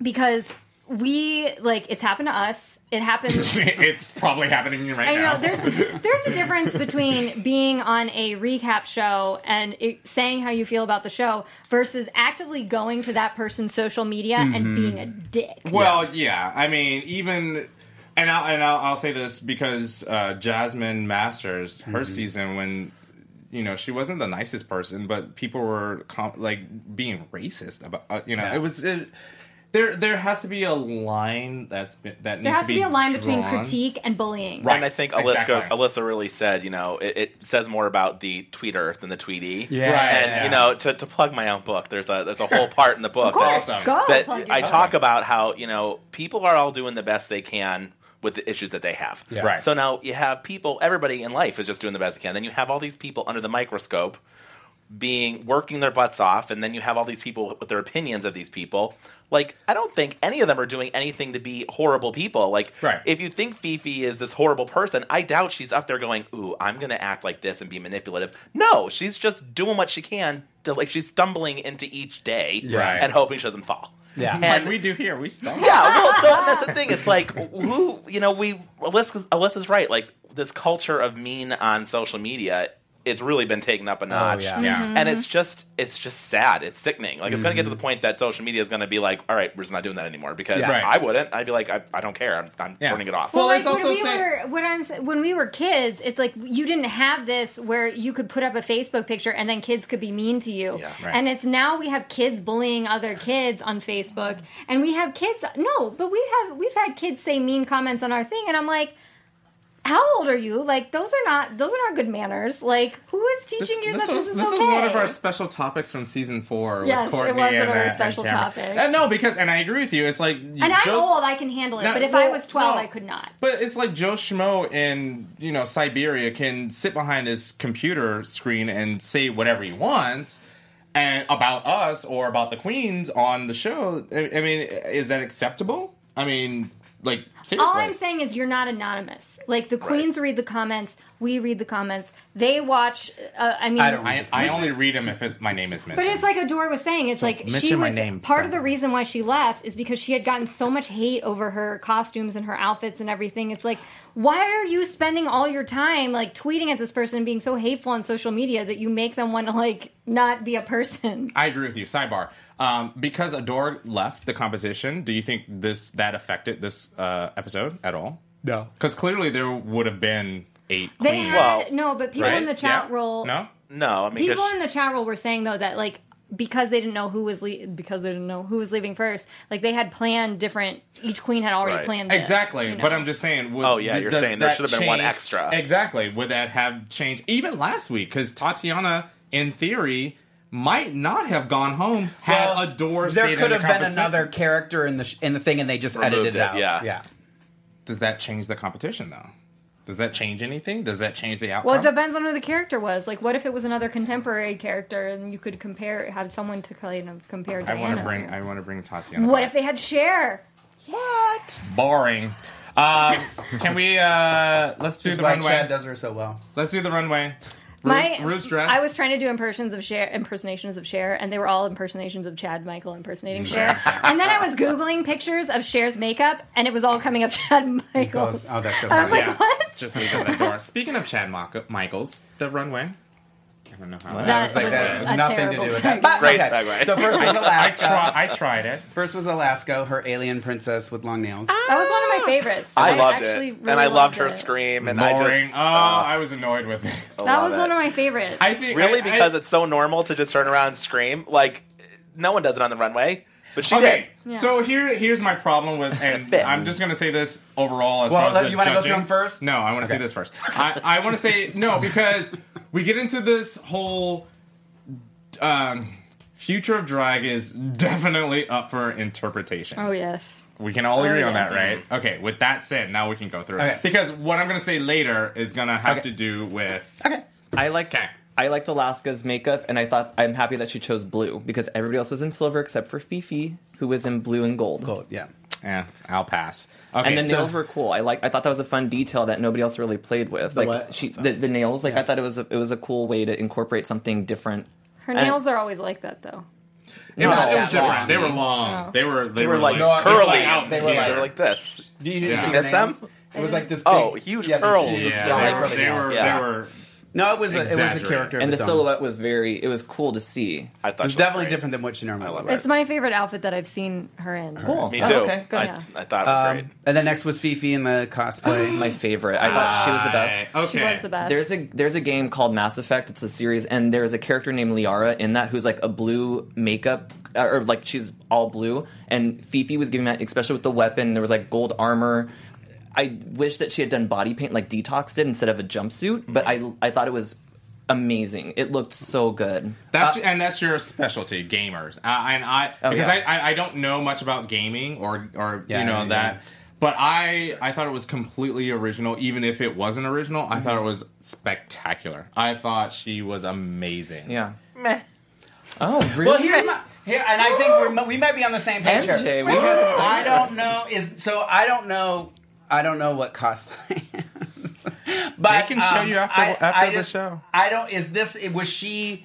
Speaker 6: because we like it's happened to us. It happens
Speaker 8: it's probably happening right
Speaker 6: I
Speaker 8: now.
Speaker 6: know there's there's a difference between being on a recap show and it, saying how you feel about the show versus actively going to that person's social media and being a dick.
Speaker 8: Well, yeah. I mean, even and I'll, and I'll, I'll say this because uh, Jasmine Masters, her season when you know she wasn't the nicest person, but people were com- like being racist about uh, you know
Speaker 2: Yeah.
Speaker 8: it was. It, there, there has to be a line that's been, that
Speaker 6: there
Speaker 8: needs
Speaker 6: has to be a line between
Speaker 8: drawn.
Speaker 6: critique and bullying.
Speaker 8: Right.
Speaker 5: And I think Alyssa
Speaker 8: Exactly.
Speaker 5: Alyssa really said, you know, it, it says more about the tweeter than the tweetee.
Speaker 2: Yeah.
Speaker 8: Right,
Speaker 5: And
Speaker 8: yeah.
Speaker 5: you know, to, to plug my own book, there's a there's a whole part in the book
Speaker 6: Of course,
Speaker 8: Awesome.
Speaker 6: go.
Speaker 5: that
Speaker 6: plug your
Speaker 5: I
Speaker 6: butt.
Speaker 5: talk about how you know people are all doing the best they can with the issues that they have.
Speaker 2: Yeah.
Speaker 8: Right.
Speaker 5: So now you have people, everybody in life is just doing the best they can. Then you have all these people under the microscope being working their butts off, and then you have all these people with their opinions of these people. Like, I don't think any of them are doing anything to be horrible people. Like,
Speaker 8: Right.
Speaker 5: if you think Fifi is this horrible person, I doubt she's up there going, "Ooh, I'm going to act like this and be manipulative." No, she's just doing what she can to like she's stumbling into each day
Speaker 8: Right.
Speaker 5: and hoping she doesn't fall.
Speaker 2: Yeah.
Speaker 8: like
Speaker 5: And
Speaker 8: we do here. We stumble.
Speaker 5: yeah, well, so that's the thing. It's like who you know we Alyssa's, Alyssa's right. Like this culture of mean on social media, it's really been taken up a notch.
Speaker 2: Oh, yeah.
Speaker 8: Oh, Yeah.
Speaker 6: Mm-hmm.
Speaker 5: And it's just it's just sad. It's sickening. Like it's gonna get to the point that social media is gonna be like, all right, we're just not doing that anymore because
Speaker 2: Mm-hmm. Yeah.
Speaker 8: Right.
Speaker 5: I wouldn't. I'd be like, I, I don't care. I'm, I'm
Speaker 8: Yeah.
Speaker 5: turning it off.
Speaker 8: Well,
Speaker 6: Well, like
Speaker 8: it's also
Speaker 6: when we
Speaker 8: saying-
Speaker 6: were when I'm sa- when we were kids, it's like you didn't have this where you could put up a Facebook picture and then kids could be mean to you.
Speaker 5: Yeah.
Speaker 8: Right.
Speaker 6: And it's now we have kids bullying other kids on Facebook, and we have kids. No, but we have we've had kids say mean comments on our thing, and I'm like. How old are you? Like those are not those are not good manners. Like who is teaching
Speaker 8: This,
Speaker 6: you
Speaker 8: this
Speaker 6: that
Speaker 8: was
Speaker 6: this is
Speaker 8: this
Speaker 6: okay?
Speaker 8: was one of our special topics from season four.
Speaker 6: Yes,
Speaker 8: with
Speaker 6: it
Speaker 8: Courtney
Speaker 6: was one
Speaker 8: and,
Speaker 6: of our
Speaker 8: uh, and
Speaker 6: special
Speaker 8: Cameron.
Speaker 6: topics.
Speaker 8: And no, because and I agree with you. It's like you
Speaker 6: and I'm
Speaker 8: just,
Speaker 6: old, I can handle it.
Speaker 8: No,
Speaker 6: but if I
Speaker 8: well,
Speaker 6: was 12,
Speaker 8: no.
Speaker 6: I could not.
Speaker 8: But it's like Joe Schmo in you know Siberia can sit behind his computer screen and say whatever he wants and about us or about the queens on the show. I, I mean, is that acceptable? I mean, like seriously.
Speaker 6: All I'm saying is you're not anonymous. Like the queens read the comments, we read the comments. They watch. Uh, I mean,
Speaker 2: I don't
Speaker 8: I, I only read him if it's, my name is mentioned.
Speaker 6: But it's like Adore was saying, it's like she
Speaker 8: mention my
Speaker 6: was
Speaker 8: name,
Speaker 6: part
Speaker 8: Brandon.
Speaker 6: of the reason why she left is because she had gotten so much hate over her costumes and her outfits and everything. It's like, why are you spending all your time like tweeting at this person and being so hateful on social media that you make them want to like not be a person?
Speaker 8: I agree with you. Sidebar. Um, because Adore left the competition, do you think this that affected this uh, episode at all?
Speaker 2: No.
Speaker 8: Because clearly there would have been eight
Speaker 6: They
Speaker 8: queens.
Speaker 6: had no, but people
Speaker 8: right?
Speaker 6: in the chat
Speaker 8: Yeah.
Speaker 6: roll
Speaker 8: No.
Speaker 5: No, I mean,
Speaker 6: people
Speaker 5: 'cause-
Speaker 6: in the chat roll were saying though that like because they didn't know who was le- because they didn't know who was leaving first, like they had planned different. Each queen had already
Speaker 5: Right.
Speaker 6: planned this,
Speaker 8: Exactly,
Speaker 6: you know?
Speaker 8: but I'm just saying. Would,
Speaker 5: Oh, yeah, you're
Speaker 8: does
Speaker 5: saying there
Speaker 8: that
Speaker 5: should have been one
Speaker 8: change-
Speaker 5: extra.
Speaker 8: Exactly. Would that have changed even last week? Because Tatiana, in theory, might not have gone home had
Speaker 2: Well,
Speaker 8: a door
Speaker 2: There
Speaker 8: stayed
Speaker 2: could
Speaker 8: under
Speaker 2: have been
Speaker 8: competition.
Speaker 2: another character in the sh- in the thing, and they just
Speaker 5: Removed
Speaker 2: edited it,
Speaker 5: it,
Speaker 2: out.
Speaker 5: yeah.
Speaker 2: yeah.
Speaker 8: Does that change the competition though? Does that change anything? Does that change the outcome?
Speaker 6: Well, it depends on who the character was. Like, what if it was another contemporary character and you could compare, have someone to kind of compare
Speaker 8: I
Speaker 6: Diana?
Speaker 8: want to bring. I want to bring Tatiana.
Speaker 6: what
Speaker 8: back.
Speaker 6: if they had Cher?
Speaker 8: What? Boring. Um, can we? Uh, let's do
Speaker 2: That's
Speaker 8: the
Speaker 2: why
Speaker 8: runway.
Speaker 2: Chad does her so well.
Speaker 8: Let's do the runway. Ru-
Speaker 6: My
Speaker 8: Ru's dress.
Speaker 6: I was trying to do impersions of Cher, impersonations of Cher, and they were all impersonations of Chad Michael impersonating Cher. and then I was googling pictures of Cher's makeup, and it was all coming up Chad Michael.
Speaker 2: Oh, that's so
Speaker 6: I
Speaker 2: funny.
Speaker 6: was like,
Speaker 8: Yeah.
Speaker 6: what?
Speaker 8: Just leave it at that door. Speaking of Chad Mach- Michaels, the runway. I don't know how.
Speaker 6: That
Speaker 8: was
Speaker 6: was
Speaker 8: like,
Speaker 2: That has
Speaker 6: a
Speaker 2: nothing to do
Speaker 6: terrible
Speaker 2: with
Speaker 6: segment.
Speaker 2: that. But,
Speaker 5: Great
Speaker 2: okay.
Speaker 5: segue.
Speaker 2: So first was
Speaker 8: I,
Speaker 2: Alaska.
Speaker 6: uh,
Speaker 8: try, I tried it.
Speaker 2: First was Alaska, her alien princess with long nails.
Speaker 6: That was one of my favorites.
Speaker 5: I, loved it,
Speaker 6: actually
Speaker 5: and I loved
Speaker 6: loved
Speaker 5: her
Speaker 6: it.
Speaker 5: scream, and I
Speaker 8: Boring.
Speaker 5: just
Speaker 8: oh,
Speaker 2: Uh,
Speaker 8: I was annoyed with it.
Speaker 2: oh.
Speaker 6: That
Speaker 5: love
Speaker 6: was
Speaker 5: it.
Speaker 6: one of my favorites.
Speaker 8: I think
Speaker 5: really
Speaker 8: I-
Speaker 5: because
Speaker 8: I,
Speaker 5: it's so normal to just turn around and scream. Like no one does it on the runway, but she
Speaker 8: okay.
Speaker 5: did.
Speaker 6: Yeah.
Speaker 8: So here, here's my problem with, and
Speaker 5: Bit.
Speaker 8: I'm just gonna say this overall as
Speaker 2: Well,
Speaker 8: well.
Speaker 2: let-
Speaker 8: As
Speaker 2: you
Speaker 8: want
Speaker 2: wanna
Speaker 8: to
Speaker 2: go through 'em first?
Speaker 8: No, I want to say this first. I, I want to say no because we get into this whole um, future of drag is definitely up for interpretation.
Speaker 6: oh yes.
Speaker 8: We can all agree on that,
Speaker 6: yes.
Speaker 8: right? Okay. With that said, now we can go through
Speaker 2: Okay.
Speaker 8: it because what I'm gonna say later is gonna have
Speaker 2: Okay.
Speaker 8: to do with.
Speaker 3: I liked
Speaker 8: Okay.
Speaker 3: I liked Alaska's makeup, and I thought I'm happy that she chose blue because everybody else was in silver except for Fifi, who was in blue and gold.
Speaker 2: Cool, yeah.
Speaker 8: Yeah, eh, I'll pass. Okay,
Speaker 3: And the
Speaker 8: so-
Speaker 3: nails were cool. I like. I thought that was a fun detail that nobody else really played with. like
Speaker 2: what?
Speaker 3: she, the, the nails. Like I thought it was a, it was a cool way to incorporate something different.
Speaker 6: Her
Speaker 3: And-
Speaker 6: nails are always like that though.
Speaker 8: It was,
Speaker 3: No,
Speaker 8: it was
Speaker 3: that
Speaker 8: different.
Speaker 3: long.
Speaker 8: They were
Speaker 6: Oh.
Speaker 8: long. They were. They,
Speaker 5: They were like
Speaker 2: No,
Speaker 5: curly.
Speaker 8: like out
Speaker 5: they,
Speaker 8: in
Speaker 5: were
Speaker 8: the
Speaker 5: like,
Speaker 8: air.
Speaker 5: this.
Speaker 2: You didn't
Speaker 8: Yeah.
Speaker 2: see her
Speaker 5: Miss
Speaker 2: nails?
Speaker 5: them?
Speaker 2: It was like this big,
Speaker 5: Oh, huge
Speaker 2: yeah, this
Speaker 5: curls.
Speaker 2: huge-
Speaker 8: Yeah,
Speaker 5: Yeah,
Speaker 8: they
Speaker 2: like
Speaker 8: were.
Speaker 2: curly
Speaker 8: They
Speaker 2: nails.
Speaker 8: were,
Speaker 5: Yeah.
Speaker 8: they were
Speaker 2: No, it was a, it was a
Speaker 8: Exaggerated.
Speaker 2: character of
Speaker 3: And the
Speaker 2: its own.
Speaker 3: silhouette was very. It was cool to see.
Speaker 5: I
Speaker 2: It
Speaker 5: thought
Speaker 2: was
Speaker 5: she
Speaker 2: definitely
Speaker 5: great.
Speaker 2: different than what she normally
Speaker 5: love
Speaker 2: looked.
Speaker 5: it.
Speaker 6: It's my favorite outfit that I've seen her in.
Speaker 3: Cool.
Speaker 5: Me too.
Speaker 3: Oh, okay. Good.
Speaker 5: I,
Speaker 6: Yeah.
Speaker 5: I thought it was great.
Speaker 2: Um, and then next was Fifi in the cosplay.
Speaker 3: My favorite. I thought she was the best.
Speaker 8: Okay.
Speaker 6: She was the best.
Speaker 3: There's a there's a game called Mass Effect. It's a series, and there's a character named Liara in that who's like a blue makeup, uh, or like she's all blue. And Fifi was giving that, especially with the weapon. There was like gold armor. I wish that she had done body paint like Detox did instead of a jumpsuit, but
Speaker 6: Mm-hmm.
Speaker 3: I I thought it was amazing. It looked so good.
Speaker 8: That's and that's your specialty, gamers. Uh, and I
Speaker 3: Oh,
Speaker 8: because
Speaker 3: yeah.
Speaker 8: I, I I don't know much about gaming or or
Speaker 2: Yeah,
Speaker 8: you know
Speaker 2: yeah,
Speaker 8: that.
Speaker 2: yeah.
Speaker 8: But I, I thought it was completely original, even if it wasn't original. I thought it was spectacular. I thought she was amazing.
Speaker 3: Yeah.
Speaker 5: Meh.
Speaker 3: Oh, really?
Speaker 2: well, here's my, here, and I think we're, mi- we might be on the same page. here.
Speaker 3: MJ, we-
Speaker 2: Because I don't know is so I don't know I don't know what cosplay. is. but um,
Speaker 8: They can show you after- after the show.
Speaker 2: I don't. Is this was she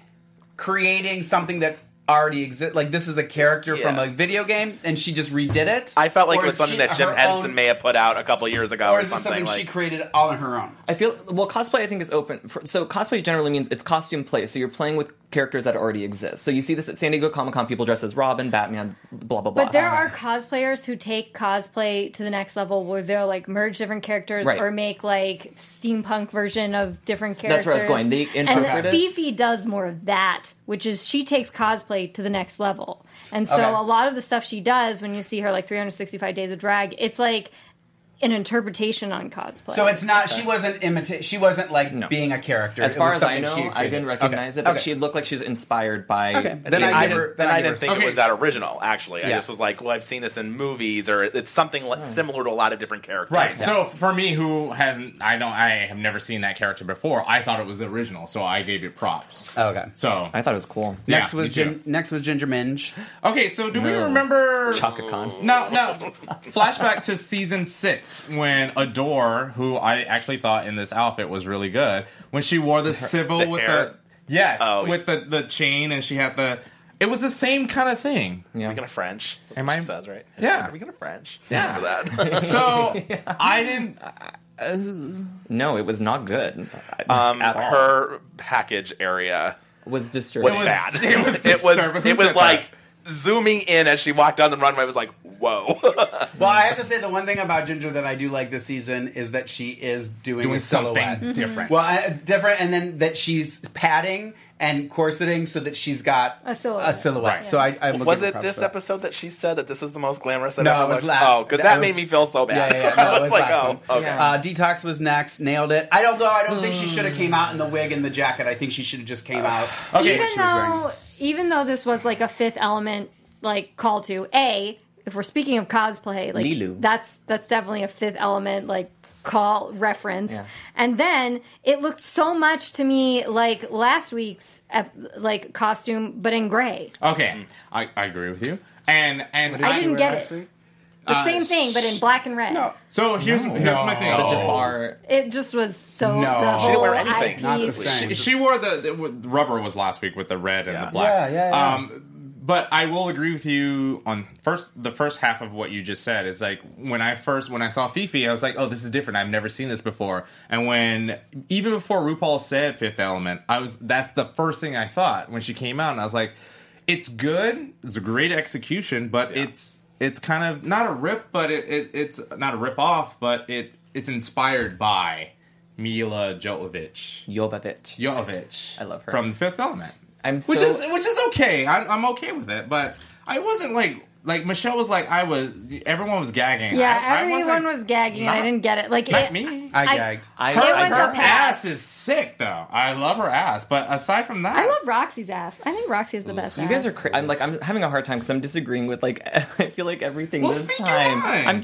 Speaker 2: creating something that already exists? Like this is a character from
Speaker 5: Yeah.
Speaker 2: a video game, and she just redid it.
Speaker 5: I felt like
Speaker 2: Or
Speaker 5: it was
Speaker 2: is
Speaker 5: something
Speaker 2: she
Speaker 5: that Jim
Speaker 2: her
Speaker 5: Henson
Speaker 2: own-
Speaker 5: may have put out a couple years ago, or,
Speaker 2: Or is this something
Speaker 5: something.
Speaker 2: she
Speaker 5: Like,
Speaker 2: created all on her own?
Speaker 3: I feel well. Cosplay, I think, is open. For, so cosplay generally means it's costume play. So you're playing with characters that already exist. So you see this at San Diego Comic Con. People dress as Robin, Batman, blah blah blah.
Speaker 6: But there are cosplayers who take cosplay to the next level where they'll like merge different characters
Speaker 3: Right.
Speaker 6: or make like steampunk version of different characters.
Speaker 3: That's where I was going. They interpret
Speaker 6: and
Speaker 3: it.
Speaker 6: Fifi does more of that, which is she takes cosplay to the next level. And so
Speaker 2: Okay.
Speaker 6: a lot of the stuff she does when you see her like 365 days of drag, it's like an interpretation on cosplay.
Speaker 2: So it's not. She wasn't imitating. She wasn't like being a character.
Speaker 3: As
Speaker 2: It
Speaker 3: far
Speaker 2: was
Speaker 3: as I
Speaker 2: something she
Speaker 3: know, I
Speaker 2: created.
Speaker 3: didn't recognize
Speaker 2: Okay.
Speaker 3: it, but
Speaker 2: Okay.
Speaker 3: she looked like she was inspired by.
Speaker 2: Okay.
Speaker 3: the-
Speaker 2: Then
Speaker 5: then
Speaker 2: I
Speaker 5: I,
Speaker 2: give her-
Speaker 5: didn't,
Speaker 2: then I give her-
Speaker 5: didn't think
Speaker 8: Okay.
Speaker 5: it was that original. Actually,
Speaker 2: Yeah.
Speaker 5: I just was like, well, I've seen this in movies, or it's something like, similar to a lot of different characters.
Speaker 8: Right. So for me, who hasn't, I don't, I have never seen that character before. I thought it was the original, so I gave it props.
Speaker 2: Okay.
Speaker 8: So
Speaker 3: I thought it was cool.
Speaker 8: yeah,
Speaker 2: Next
Speaker 8: me
Speaker 2: was
Speaker 8: too.
Speaker 2: gin- next was Ginger Minge.
Speaker 8: Okay, so do we remember?
Speaker 3: Chaka Khan.
Speaker 8: No, no. Flashback to season six when Adore, who I actually thought in this outfit was really good, when she wore the civil
Speaker 5: the
Speaker 8: with
Speaker 5: hair?
Speaker 8: the yes,
Speaker 5: Oh.
Speaker 8: with the the chain, and she had the. It was the same kind of thing.
Speaker 5: Are we gonna French? That's
Speaker 8: Am
Speaker 5: what
Speaker 8: I-
Speaker 5: she says, right?
Speaker 8: Yeah.
Speaker 5: Are we gonna French?
Speaker 8: Yeah.
Speaker 5: For that.
Speaker 8: So I didn't.
Speaker 3: No, it was not good.
Speaker 5: um,
Speaker 3: At all.
Speaker 5: her package area
Speaker 3: was
Speaker 5: was,
Speaker 3: disturbing.
Speaker 5: bad.
Speaker 8: it was
Speaker 5: It was.
Speaker 8: disturbing. Who
Speaker 5: It was
Speaker 8: said
Speaker 5: like zooming in as she walked down the runway. I was like, whoa.
Speaker 2: Well, I have to say the one thing about Ginger that I do like this season is that she is doing,
Speaker 8: Doing
Speaker 2: a silhouette.
Speaker 8: something
Speaker 6: Mm-hmm.
Speaker 8: different.
Speaker 2: Well, I, different, and then that she's padding and corseting so that she's got
Speaker 6: A silhouette.
Speaker 2: A silhouette.
Speaker 8: Right.
Speaker 2: So I, I will
Speaker 5: was
Speaker 2: give her
Speaker 5: it
Speaker 2: props
Speaker 5: this
Speaker 2: for that.
Speaker 5: episode that she said that this is the most glamorous? I've
Speaker 2: No,
Speaker 5: ever
Speaker 2: it was
Speaker 5: watched?
Speaker 2: last-
Speaker 5: Oh, because
Speaker 2: that
Speaker 5: that
Speaker 2: was-
Speaker 5: made me feel so
Speaker 2: Yeah,
Speaker 5: bad.
Speaker 2: yeah, yeah. No,
Speaker 5: I
Speaker 2: it was
Speaker 5: like,
Speaker 2: last
Speaker 5: oh,
Speaker 2: one.
Speaker 5: okay.
Speaker 3: Yeah.
Speaker 2: Uh, Detox was next, nailed it. I don't though. I don't think she should have came out in the wig and the jacket. I think she should have just came out.
Speaker 8: Okay.
Speaker 6: even
Speaker 2: she was wearing-
Speaker 6: though even though this was like a fifth element like call to a if we're speaking of cosplay like
Speaker 3: Lilu.
Speaker 6: that's that's definitely a fifth element like call reference
Speaker 3: Yeah.
Speaker 6: and then it looked so much to me like last week's ep- like costume but in gray
Speaker 8: Okay, I, I agree with you. And and
Speaker 6: I didn't get it the
Speaker 8: Uh,
Speaker 6: same thing but in black and red
Speaker 8: So here's here's my thing.
Speaker 3: The Jafar.
Speaker 6: it just was so
Speaker 8: No.
Speaker 6: the
Speaker 8: She didn't
Speaker 6: whole
Speaker 5: wear anything.
Speaker 2: Not the
Speaker 6: eyepiece-
Speaker 2: same.
Speaker 8: She, she wore the, the w- rubber was last week with the red and
Speaker 5: Yeah.
Speaker 8: the black.
Speaker 2: Yeah, yeah, yeah.
Speaker 8: Um, but I will agree with you on first the first half of what you just said is like when I first when I saw Fifi, I was like, oh, this is different. I've never seen this before. And when even before RuPaul said Fifth Element, I was that's the first thing I thought when she came out, and I was like, it's good. It's a great execution, but it's it's kind of not a rip, but it, it it's not a rip off, but it it's inspired by. Mila Jovovich.
Speaker 3: Jovovich.
Speaker 8: Jovovich.
Speaker 3: I love her.
Speaker 8: from Fifth Element.
Speaker 3: I'm
Speaker 8: which
Speaker 3: so-
Speaker 8: is which is okay. I'm, I'm okay with it, but I wasn't like like Michelle was like I was. Everyone was gagging.
Speaker 6: yeah
Speaker 8: I, I
Speaker 6: everyone was gagging
Speaker 8: not-
Speaker 6: I didn't get it like
Speaker 8: Not
Speaker 6: it,
Speaker 8: me.
Speaker 2: I,
Speaker 6: I-
Speaker 2: gagged.
Speaker 3: I,
Speaker 8: Her,
Speaker 6: It was
Speaker 8: her
Speaker 6: a pass.
Speaker 8: ass is sick though. I love her ass, but aside from that,
Speaker 6: I love Roxy's ass I think Roxy is the best
Speaker 3: You guys are. Cra- I'm like. I'm having a hard time because I'm disagreeing with like. I feel like everything
Speaker 8: Well,
Speaker 3: this
Speaker 8: speak your
Speaker 3: time.
Speaker 8: mind.
Speaker 3: I'm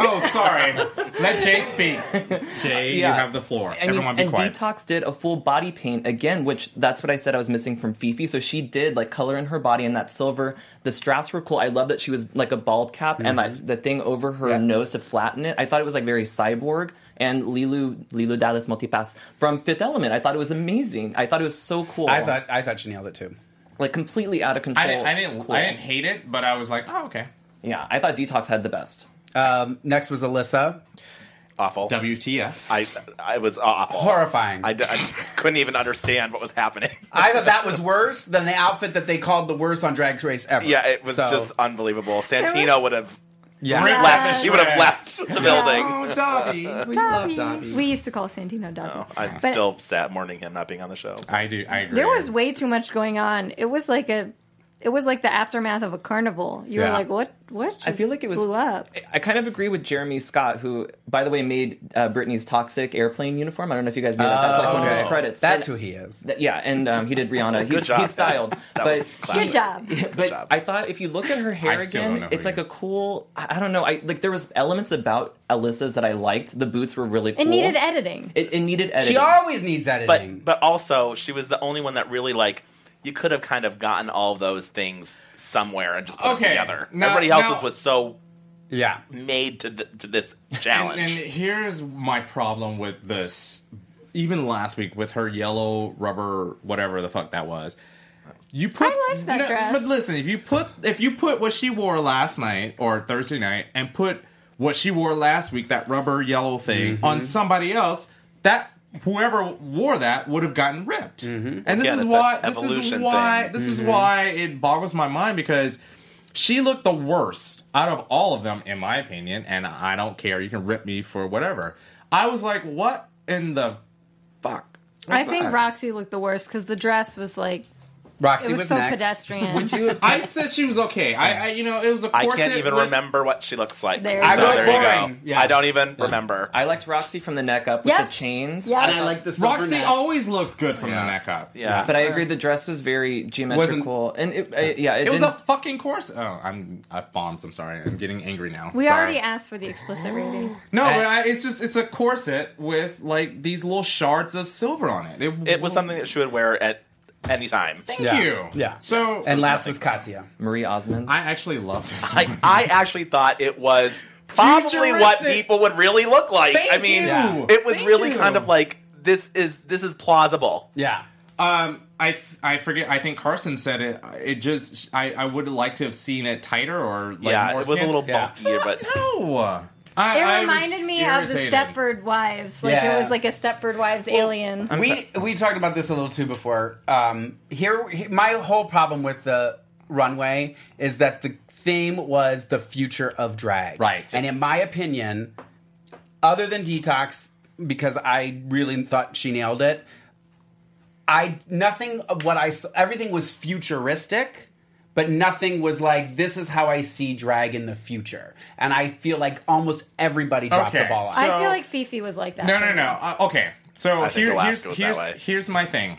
Speaker 8: Oh, sorry. Let Jay speak. Jay, you
Speaker 3: Yeah.
Speaker 8: have the floor.
Speaker 3: I mean,
Speaker 8: everyone be
Speaker 3: and
Speaker 8: quiet.
Speaker 3: Detox did a full body paint again, which that's what I said I was missing from Fifi. So she did like color in her body in that silver. The straps were cool. I love that she was like a bald cap and
Speaker 8: Mm-hmm.
Speaker 3: like the thing over her nose to flatten it. I thought it was like very cyborg. And Lilu Lilu Dallas Multipass from Fifth Element. I thought it was amazing. I thought it was so cool.
Speaker 2: I thought I thought she nailed it too.
Speaker 3: like completely out of
Speaker 8: I
Speaker 3: control.
Speaker 8: didn't. I didn't,
Speaker 3: Cool.
Speaker 8: I didn't hate it, but I was like, oh okay.
Speaker 3: Yeah, I thought Detox had the best.
Speaker 2: Um, next was Alyssa.
Speaker 5: awful.
Speaker 8: WTF?
Speaker 5: I I was awful.
Speaker 2: Horrifying.
Speaker 5: I, d- I couldn't even understand what was happening.
Speaker 2: I thought that was worse than the outfit that they called the worst on Drag Race ever.
Speaker 5: Yeah, it was
Speaker 2: So,
Speaker 5: just unbelievable.
Speaker 6: There
Speaker 5: Santino
Speaker 6: was-
Speaker 5: would have
Speaker 2: yeah.
Speaker 6: Ripped
Speaker 5: left. He would have
Speaker 8: Yes.
Speaker 5: left the building.
Speaker 8: Oh, Dobby. We love Dobby.
Speaker 6: We used to call Santino Dobby.
Speaker 5: No, I'm
Speaker 6: But-
Speaker 5: still sad mourning him not being on the show.
Speaker 8: I do. I agree.
Speaker 6: There was way too much going on. It was like a, it was like the aftermath of a carnival. You
Speaker 8: Yeah.
Speaker 6: were like, what? What? Just
Speaker 3: I feel like it was-
Speaker 6: blew up.
Speaker 3: I kind of agree with Jeremy Scott, who, by the way, made uh, Britney's toxic airplane uniform. I don't know if you guys knew that. That's like one of his
Speaker 2: Okay.
Speaker 3: credits.
Speaker 2: That's
Speaker 3: And-
Speaker 2: who he is.
Speaker 3: th- yeah, and um, he did Rihanna. He's,
Speaker 5: job.
Speaker 3: he's styled,
Speaker 5: That
Speaker 3: but
Speaker 5: was
Speaker 6: Good job.
Speaker 3: but
Speaker 5: job.
Speaker 3: I thought if you look at her hair
Speaker 8: I still don't know
Speaker 3: again,
Speaker 8: who
Speaker 3: it's like
Speaker 8: he
Speaker 3: a
Speaker 8: is.
Speaker 3: cool. I I don't know. I like there was elements about Alyssa's that I liked. The boots were really cool.
Speaker 6: It needed editing.
Speaker 3: It, it needed editing.
Speaker 2: She always needs editing.
Speaker 5: But but also she was the only one that really like you could have kind of gotten all of those things somewhere and just put
Speaker 8: Okay,
Speaker 5: them together.
Speaker 8: now-
Speaker 5: Everybody else
Speaker 8: now-
Speaker 5: was so
Speaker 2: yeah.
Speaker 5: made to th- to this
Speaker 8: And,
Speaker 5: challenge.
Speaker 8: and here's my problem with this. Even last week with her yellow rubber, whatever the fuck that was. You put.
Speaker 6: I liked that
Speaker 8: No,
Speaker 6: dress.
Speaker 8: But listen, if you put if you put what she wore last night or Thursday night and put what she wore last week, that rubber yellow thing,
Speaker 5: Mm-hmm.
Speaker 8: on somebody else, that whoever wore that would have gotten ripped. And this
Speaker 5: Again,
Speaker 8: is
Speaker 5: it's
Speaker 8: why.
Speaker 5: Mm-hmm. that
Speaker 8: This is
Speaker 5: evolution
Speaker 8: why.
Speaker 5: thing. Mm-hmm.
Speaker 8: This is why it boggles my mind because she looked the worst out of all of them, in my opinion, and I don't care. You can rip me for whatever. I was like, what in the fuck? was
Speaker 6: I think
Speaker 8: that?
Speaker 6: Roxy looked the worst because the dress was like
Speaker 2: Roxy
Speaker 6: it was,
Speaker 2: was
Speaker 6: so
Speaker 2: next.
Speaker 6: pedestrian.
Speaker 3: Would you have
Speaker 8: I said she was okay. I, I you know, it was a
Speaker 5: I
Speaker 8: corset.
Speaker 5: can't even
Speaker 8: with-
Speaker 5: remember what she looks like.
Speaker 6: There
Speaker 5: so
Speaker 6: you go. I
Speaker 5: there
Speaker 2: wrote
Speaker 5: you go.
Speaker 2: boring. Yeah.
Speaker 5: I don't even remember.
Speaker 3: I liked Roxy from the neck up with
Speaker 6: Yeah.
Speaker 3: the chains.
Speaker 6: Yeah.
Speaker 2: And I like the silver
Speaker 8: Roxy
Speaker 2: neck.
Speaker 8: always looks good from
Speaker 2: Yeah.
Speaker 8: the neck up.
Speaker 5: yeah,
Speaker 3: But I agree. The dress was very geometrical, and it, I, yeah, it,
Speaker 8: It was
Speaker 3: didn't-
Speaker 8: a fucking corset. Oh, I'm I bombs. I'm sorry. I'm getting angry now.
Speaker 6: we
Speaker 8: Sorry. Oh,
Speaker 6: already asked for the explicit rating.
Speaker 8: No, but I, it's just it's a corset with like these little shards of silver on it. It,
Speaker 5: it was something that she would wear at any time.
Speaker 8: Thank
Speaker 2: Yeah.
Speaker 8: you.
Speaker 2: Yeah.
Speaker 8: So
Speaker 2: And last was Katya.
Speaker 3: Marie Osmond.
Speaker 8: I actually love this.
Speaker 5: Like I actually thought it was probably what
Speaker 8: Futuristic.
Speaker 5: people would really look like.
Speaker 8: Thank
Speaker 5: I mean,
Speaker 8: you.
Speaker 2: Yeah.
Speaker 5: it was
Speaker 8: Thank
Speaker 5: really
Speaker 8: you.
Speaker 5: kind of like this is this is plausible.
Speaker 2: Yeah.
Speaker 8: Um, I f- I forget. I think Carson said it. It just I I would like to have seen it tighter or like
Speaker 5: yeah, it
Speaker 8: more
Speaker 5: was
Speaker 8: skin-
Speaker 5: a little
Speaker 2: Yeah.
Speaker 5: bulkier, but
Speaker 8: No. I,
Speaker 6: It
Speaker 8: I was
Speaker 6: reminded me of the
Speaker 8: irritated.
Speaker 6: Stepford Wives. Like
Speaker 2: Yeah.
Speaker 6: it was like a Stepford Wives alien.
Speaker 2: Um, we we talked about this a little too before. Um, here, he- my whole problem with the runway is that the theme was the future of drag.
Speaker 8: Right.
Speaker 2: And in my opinion, other than Detox, because I really thought she nailed it, I nothing of what I s- everything was futuristic, but nothing was like this is how I see drag in the future. And I feel like almost everybody dropped
Speaker 8: Okay,
Speaker 2: the ball on.
Speaker 8: so-
Speaker 2: it.
Speaker 6: I feel like Fifi was like that.
Speaker 8: No, no, no. Uh, okay, so
Speaker 5: I think
Speaker 8: here-
Speaker 5: Alaska
Speaker 8: here's
Speaker 5: was that
Speaker 8: here's
Speaker 5: way.
Speaker 8: here's my thing,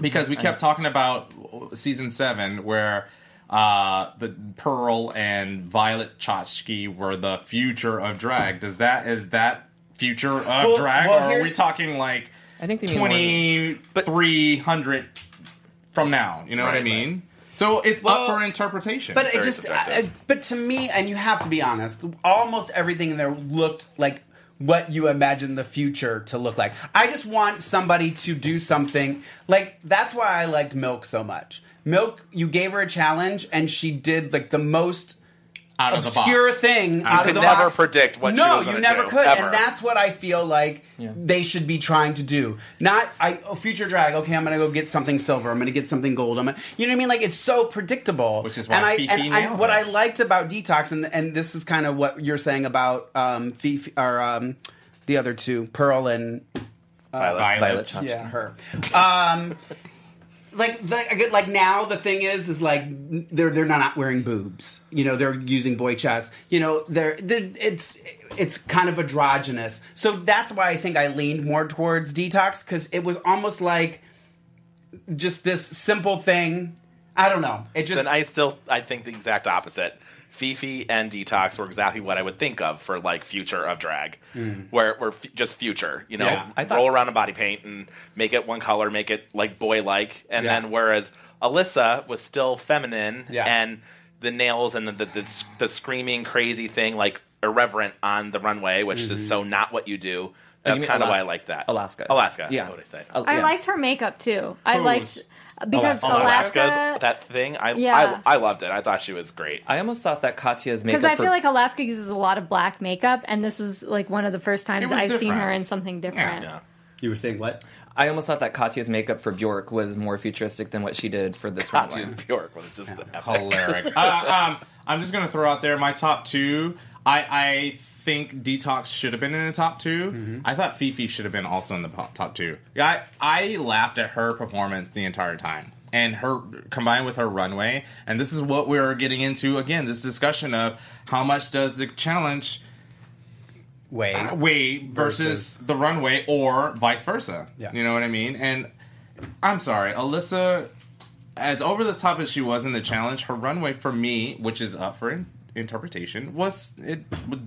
Speaker 8: because we kept talking about season seven where uh, the Pearl and Violet Chachki were the future of drag. Does that is that future of
Speaker 2: Well-
Speaker 8: drag,
Speaker 2: well,
Speaker 8: or
Speaker 2: here-
Speaker 8: are we talking like
Speaker 3: I think they mean more than-
Speaker 8: twenty three hundred from now? You know what I
Speaker 5: Right,
Speaker 8: mean? So it's up for interpretation.
Speaker 2: But it
Speaker 5: Very
Speaker 2: just, uh, I,
Speaker 5: subjective.
Speaker 2: I- but to me, and you have to be honest, almost everything in there looked like what you imagine the future to look like. I just want somebody to do something like that's why I liked Milk so much. Milk, you gave her a challenge, and she did like the most
Speaker 8: out of the
Speaker 2: obscure
Speaker 8: box.
Speaker 2: thing out of
Speaker 5: could
Speaker 2: the
Speaker 5: never
Speaker 2: box.
Speaker 5: predict what she
Speaker 2: no,
Speaker 5: was gonna
Speaker 2: you never
Speaker 5: do,
Speaker 2: could,
Speaker 5: ever.
Speaker 2: and that's what I feel like they should be trying to do. Not I oh, future drag. Okay, I'm gonna go get something silver. I'm gonna get something gold. I'm gonna, you know what I mean? Like it's so predictable,
Speaker 8: Which is why
Speaker 2: and I,
Speaker 8: Fifi
Speaker 2: and I
Speaker 8: nailed
Speaker 2: what
Speaker 8: it.
Speaker 2: I liked about detox, and and this is kind of what you're saying about um Fifi or um the other two, Pearl and
Speaker 5: Violet.
Speaker 8: Violet.
Speaker 3: Violet.
Speaker 2: yeah, her. Um, like, the, I get- like now the thing is, is like they're they're not wearing boobs. You know, they're using boy chest. You know, they're, they're it's it's kind of androgynous. So that's why I think I leaned more towards detox because it was almost like just this simple thing. I don't know. It just
Speaker 5: Then I still I think the exact opposite. Fifi and Detox were exactly what I would think of for like future of drag, where we're f- just future, you know,
Speaker 2: Yeah.
Speaker 3: Hmm. I thought-
Speaker 5: roll around in body paint and make it one color, make it like boy like, and
Speaker 2: Yeah.
Speaker 5: then whereas Alyssa was still feminine
Speaker 2: Yeah.
Speaker 5: and the nails and the, the the the screaming crazy thing like irreverent on the runway, which is so not what you do.
Speaker 3: Mm-hmm. Oh, you
Speaker 5: That's
Speaker 3: mean
Speaker 5: kind of why I
Speaker 3: Alas-
Speaker 5: like that.
Speaker 3: Alaska.
Speaker 5: Alaska.
Speaker 3: Yeah.
Speaker 5: What I say.
Speaker 3: Al-
Speaker 6: I
Speaker 3: yeah.
Speaker 6: liked her makeup too. I
Speaker 8: Who's-
Speaker 6: liked because
Speaker 8: Alaska.
Speaker 6: Alaska.
Speaker 5: Alaska's that thing. I,
Speaker 6: Yeah.
Speaker 5: I I loved it. I thought she was great.
Speaker 3: I almost thought that Katya's makeup.
Speaker 6: because I
Speaker 3: for-
Speaker 6: feel like Alaska uses a lot of black makeup, and this was like one of the first times
Speaker 8: was
Speaker 6: I've seen
Speaker 8: different.
Speaker 6: her in something different.
Speaker 5: Yeah.
Speaker 2: you were saying what?
Speaker 3: I almost thought that Katya's makeup for Bjork was more futuristic than what she did for this
Speaker 5: Not
Speaker 3: runway.
Speaker 5: just Bjork was just the epic.
Speaker 8: Hilarious. uh, um, I'm just gonna throw out there my top two. I I think Detox should have been in the top 2 I thought Fifi should have been also in the po- top two. I I laughed at her performance the entire time. And her combined with her runway, and this is what we're getting into again. This discussion of how much does the challenge
Speaker 2: Wait,
Speaker 5: Uh,
Speaker 8: way versus,
Speaker 2: Versus.
Speaker 8: the runway or vice versa.
Speaker 2: Yeah.
Speaker 8: You know what I mean? And I'm sorry, Alyssa, as over the top as she was in the challenge, her runway for me, which is up for in- interpretation, was it. Was,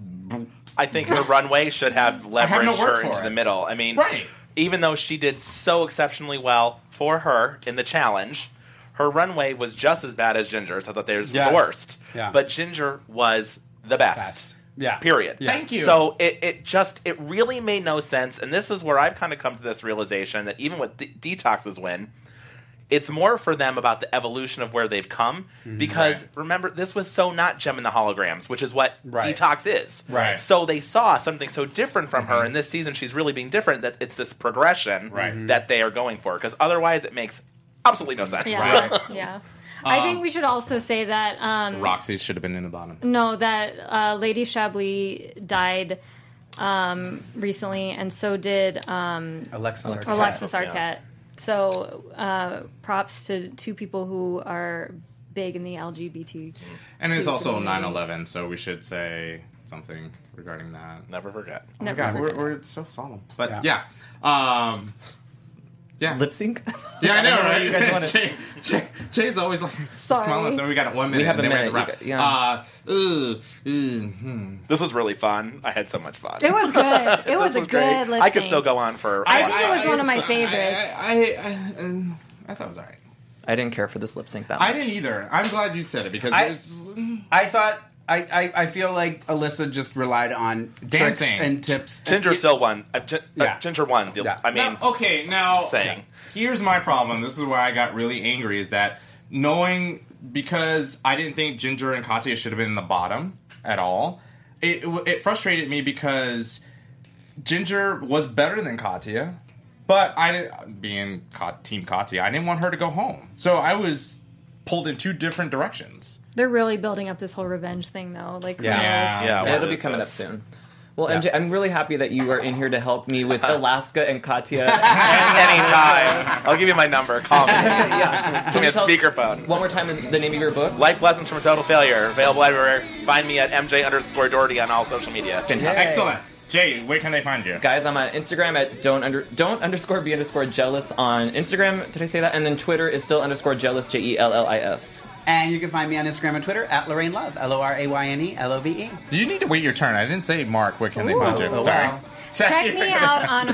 Speaker 5: I think her runway should have
Speaker 8: have
Speaker 5: leveraged
Speaker 8: no words
Speaker 5: her
Speaker 8: for
Speaker 5: into
Speaker 8: it.
Speaker 5: the middle. I mean,
Speaker 8: Right.
Speaker 5: even though she did so exceptionally well for her in the challenge, her runway was just as bad as Ginger's. I thought theirs was
Speaker 2: Yes.
Speaker 5: the worst.
Speaker 2: Yeah.
Speaker 5: But Ginger was the best.
Speaker 2: Best. Yeah.
Speaker 5: Period.
Speaker 2: Yeah.
Speaker 8: Thank you.
Speaker 5: So it, it just, it really made no sense. And this is where I've kind of come to this realization that even with D- Detox's win, it's more for them about the evolution of where they've come because remember this was so not gem in the holograms which is what
Speaker 2: Right.
Speaker 5: detox is
Speaker 8: Right.
Speaker 5: so they saw something so different from her and this season she's really being different that it's this progression
Speaker 8: Right.
Speaker 5: that they are going for because otherwise it makes absolutely no sense
Speaker 6: Yeah,
Speaker 8: Right.
Speaker 6: yeah. I
Speaker 5: Um,
Speaker 6: think we should also say that um,
Speaker 8: Roxy should have been in the bottom.
Speaker 6: no, that uh, Lady Chablis died um, recently, and so did um,
Speaker 2: Alexis. Alexis.
Speaker 6: Alexis Arquette. So uh, props to two people who are big in the LGBT.
Speaker 5: Oh
Speaker 8: And it's also
Speaker 6: Fifi.
Speaker 8: 9 11, so we should say something regarding that.
Speaker 5: never forget
Speaker 6: Never
Speaker 8: God, we're,
Speaker 6: forget.
Speaker 8: we're so solemn. But
Speaker 2: Yeah.
Speaker 8: yeah. Um, yeah.
Speaker 3: Lip sync.
Speaker 8: Yeah, I know, right?
Speaker 3: You guys wanna-
Speaker 8: Jay, Jay, Jay's always like
Speaker 6: Sorry.
Speaker 8: smiling, so we got one minute.
Speaker 3: have
Speaker 8: and
Speaker 3: a
Speaker 8: then We have
Speaker 3: minute,
Speaker 8: to
Speaker 3: you
Speaker 8: wrap. Uh, ooh, ooh, hmm.
Speaker 5: this was really fun i had so much fun
Speaker 6: It was good. It was a
Speaker 5: This great.
Speaker 6: good. Lip
Speaker 5: i could
Speaker 6: sync.
Speaker 5: still go on for a
Speaker 6: I
Speaker 5: long
Speaker 6: think it
Speaker 5: time.
Speaker 6: was one of my
Speaker 8: it's-
Speaker 6: favorites.
Speaker 8: I, I, I, uh, I thought it was alright.
Speaker 3: I didn't care for this lip sync that much.
Speaker 8: I didn't either. I'm glad you said it because
Speaker 2: I-
Speaker 8: it's
Speaker 2: I thought. I, I, I feel like Alyssa just relied on tricks
Speaker 8: Dancing.
Speaker 2: and tips.
Speaker 5: ginger still won uh, Gin- uh,
Speaker 2: Yeah.
Speaker 5: ginger won the-
Speaker 2: Yeah.
Speaker 5: i mean
Speaker 6: oh,
Speaker 8: Now- okay, now
Speaker 5: saying.
Speaker 8: here's my problem. This is where I got really angry. Is that knowing because I didn't think Ginger and Katya should have been in the bottom at all. It it frustrated me because Ginger was better than Katya, but I didn't- being Kat, Team Katya, I didn't want her to go home. So I was pulled in two different directions.
Speaker 6: They're really building up this whole revenge thing, though. Like,
Speaker 5: Yeah.
Speaker 8: Yeah.
Speaker 5: Yeah,
Speaker 3: And
Speaker 5: what
Speaker 3: it'll be
Speaker 5: is
Speaker 3: coming
Speaker 5: this?
Speaker 3: up soon. Well,
Speaker 8: Yeah.
Speaker 3: MJ, I'm really happy that you are in here to help me with Alaska and Katya.
Speaker 5: Anytime. I'll give you my number. Call me. Give me a
Speaker 3: you tell us-
Speaker 5: speakerphone.
Speaker 3: One more time, the name of your book.
Speaker 5: Life lessons from total failure. Available everywhere. Find me at MJ underscore Doherty on all social media.
Speaker 3: Fantastic.
Speaker 8: Excellent. Jay, where can they find you?
Speaker 3: Guys, I'm on Instagram at don't under don't underscore be underscore jealous on Instagram. Did I say that? And then Twitter is still underscore jealous J E L L I S.
Speaker 2: And you can find me on Instagram and Twitter at Lorraine Love, L O R A Y N E L O V E.
Speaker 8: You need to wait your turn. I didn't say Mark. Where can they
Speaker 6: Ooh.
Speaker 8: find you?
Speaker 2: Oh,
Speaker 8: Sorry.
Speaker 2: wow.
Speaker 6: check
Speaker 8: your-
Speaker 6: me out on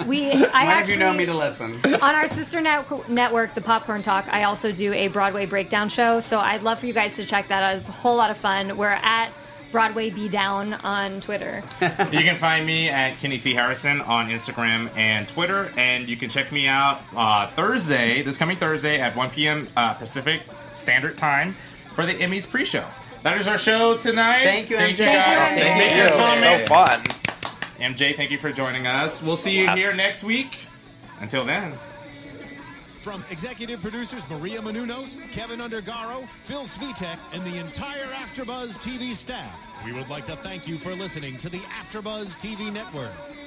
Speaker 6: um we. I
Speaker 2: None of
Speaker 6: actually
Speaker 2: you know me to listen.
Speaker 6: on our sister net- network, the Popcorn Talk, I also do a Broadway breakdown show. So I'd love for you guys to check that out. It's a whole lot of fun. We're at Broadway Be Down on Twitter.
Speaker 8: You can find me at Kenny C. Harrison on Instagram and Twitter, and you can check me out uh, Thursday, this coming Thursday at 1 p.m. Uh, Pacific Standard Time for the Emmys pre-show. That is our show tonight.
Speaker 2: Thank you,
Speaker 8: thank you,
Speaker 2: MJ.
Speaker 8: guys.
Speaker 6: Thank you, MJ.
Speaker 8: Make your
Speaker 5: So
Speaker 8: comments.
Speaker 5: fun.
Speaker 8: MJ, thank you for joining us. We'll see you
Speaker 5: Blast.
Speaker 8: here next week. Until then.
Speaker 7: From executive producers Maria Menounos, Kevin Undergaro, Phil Svitek, and the entire AfterBuzz TV staff, we would like to thank you for listening to the AfterBuzz TV network.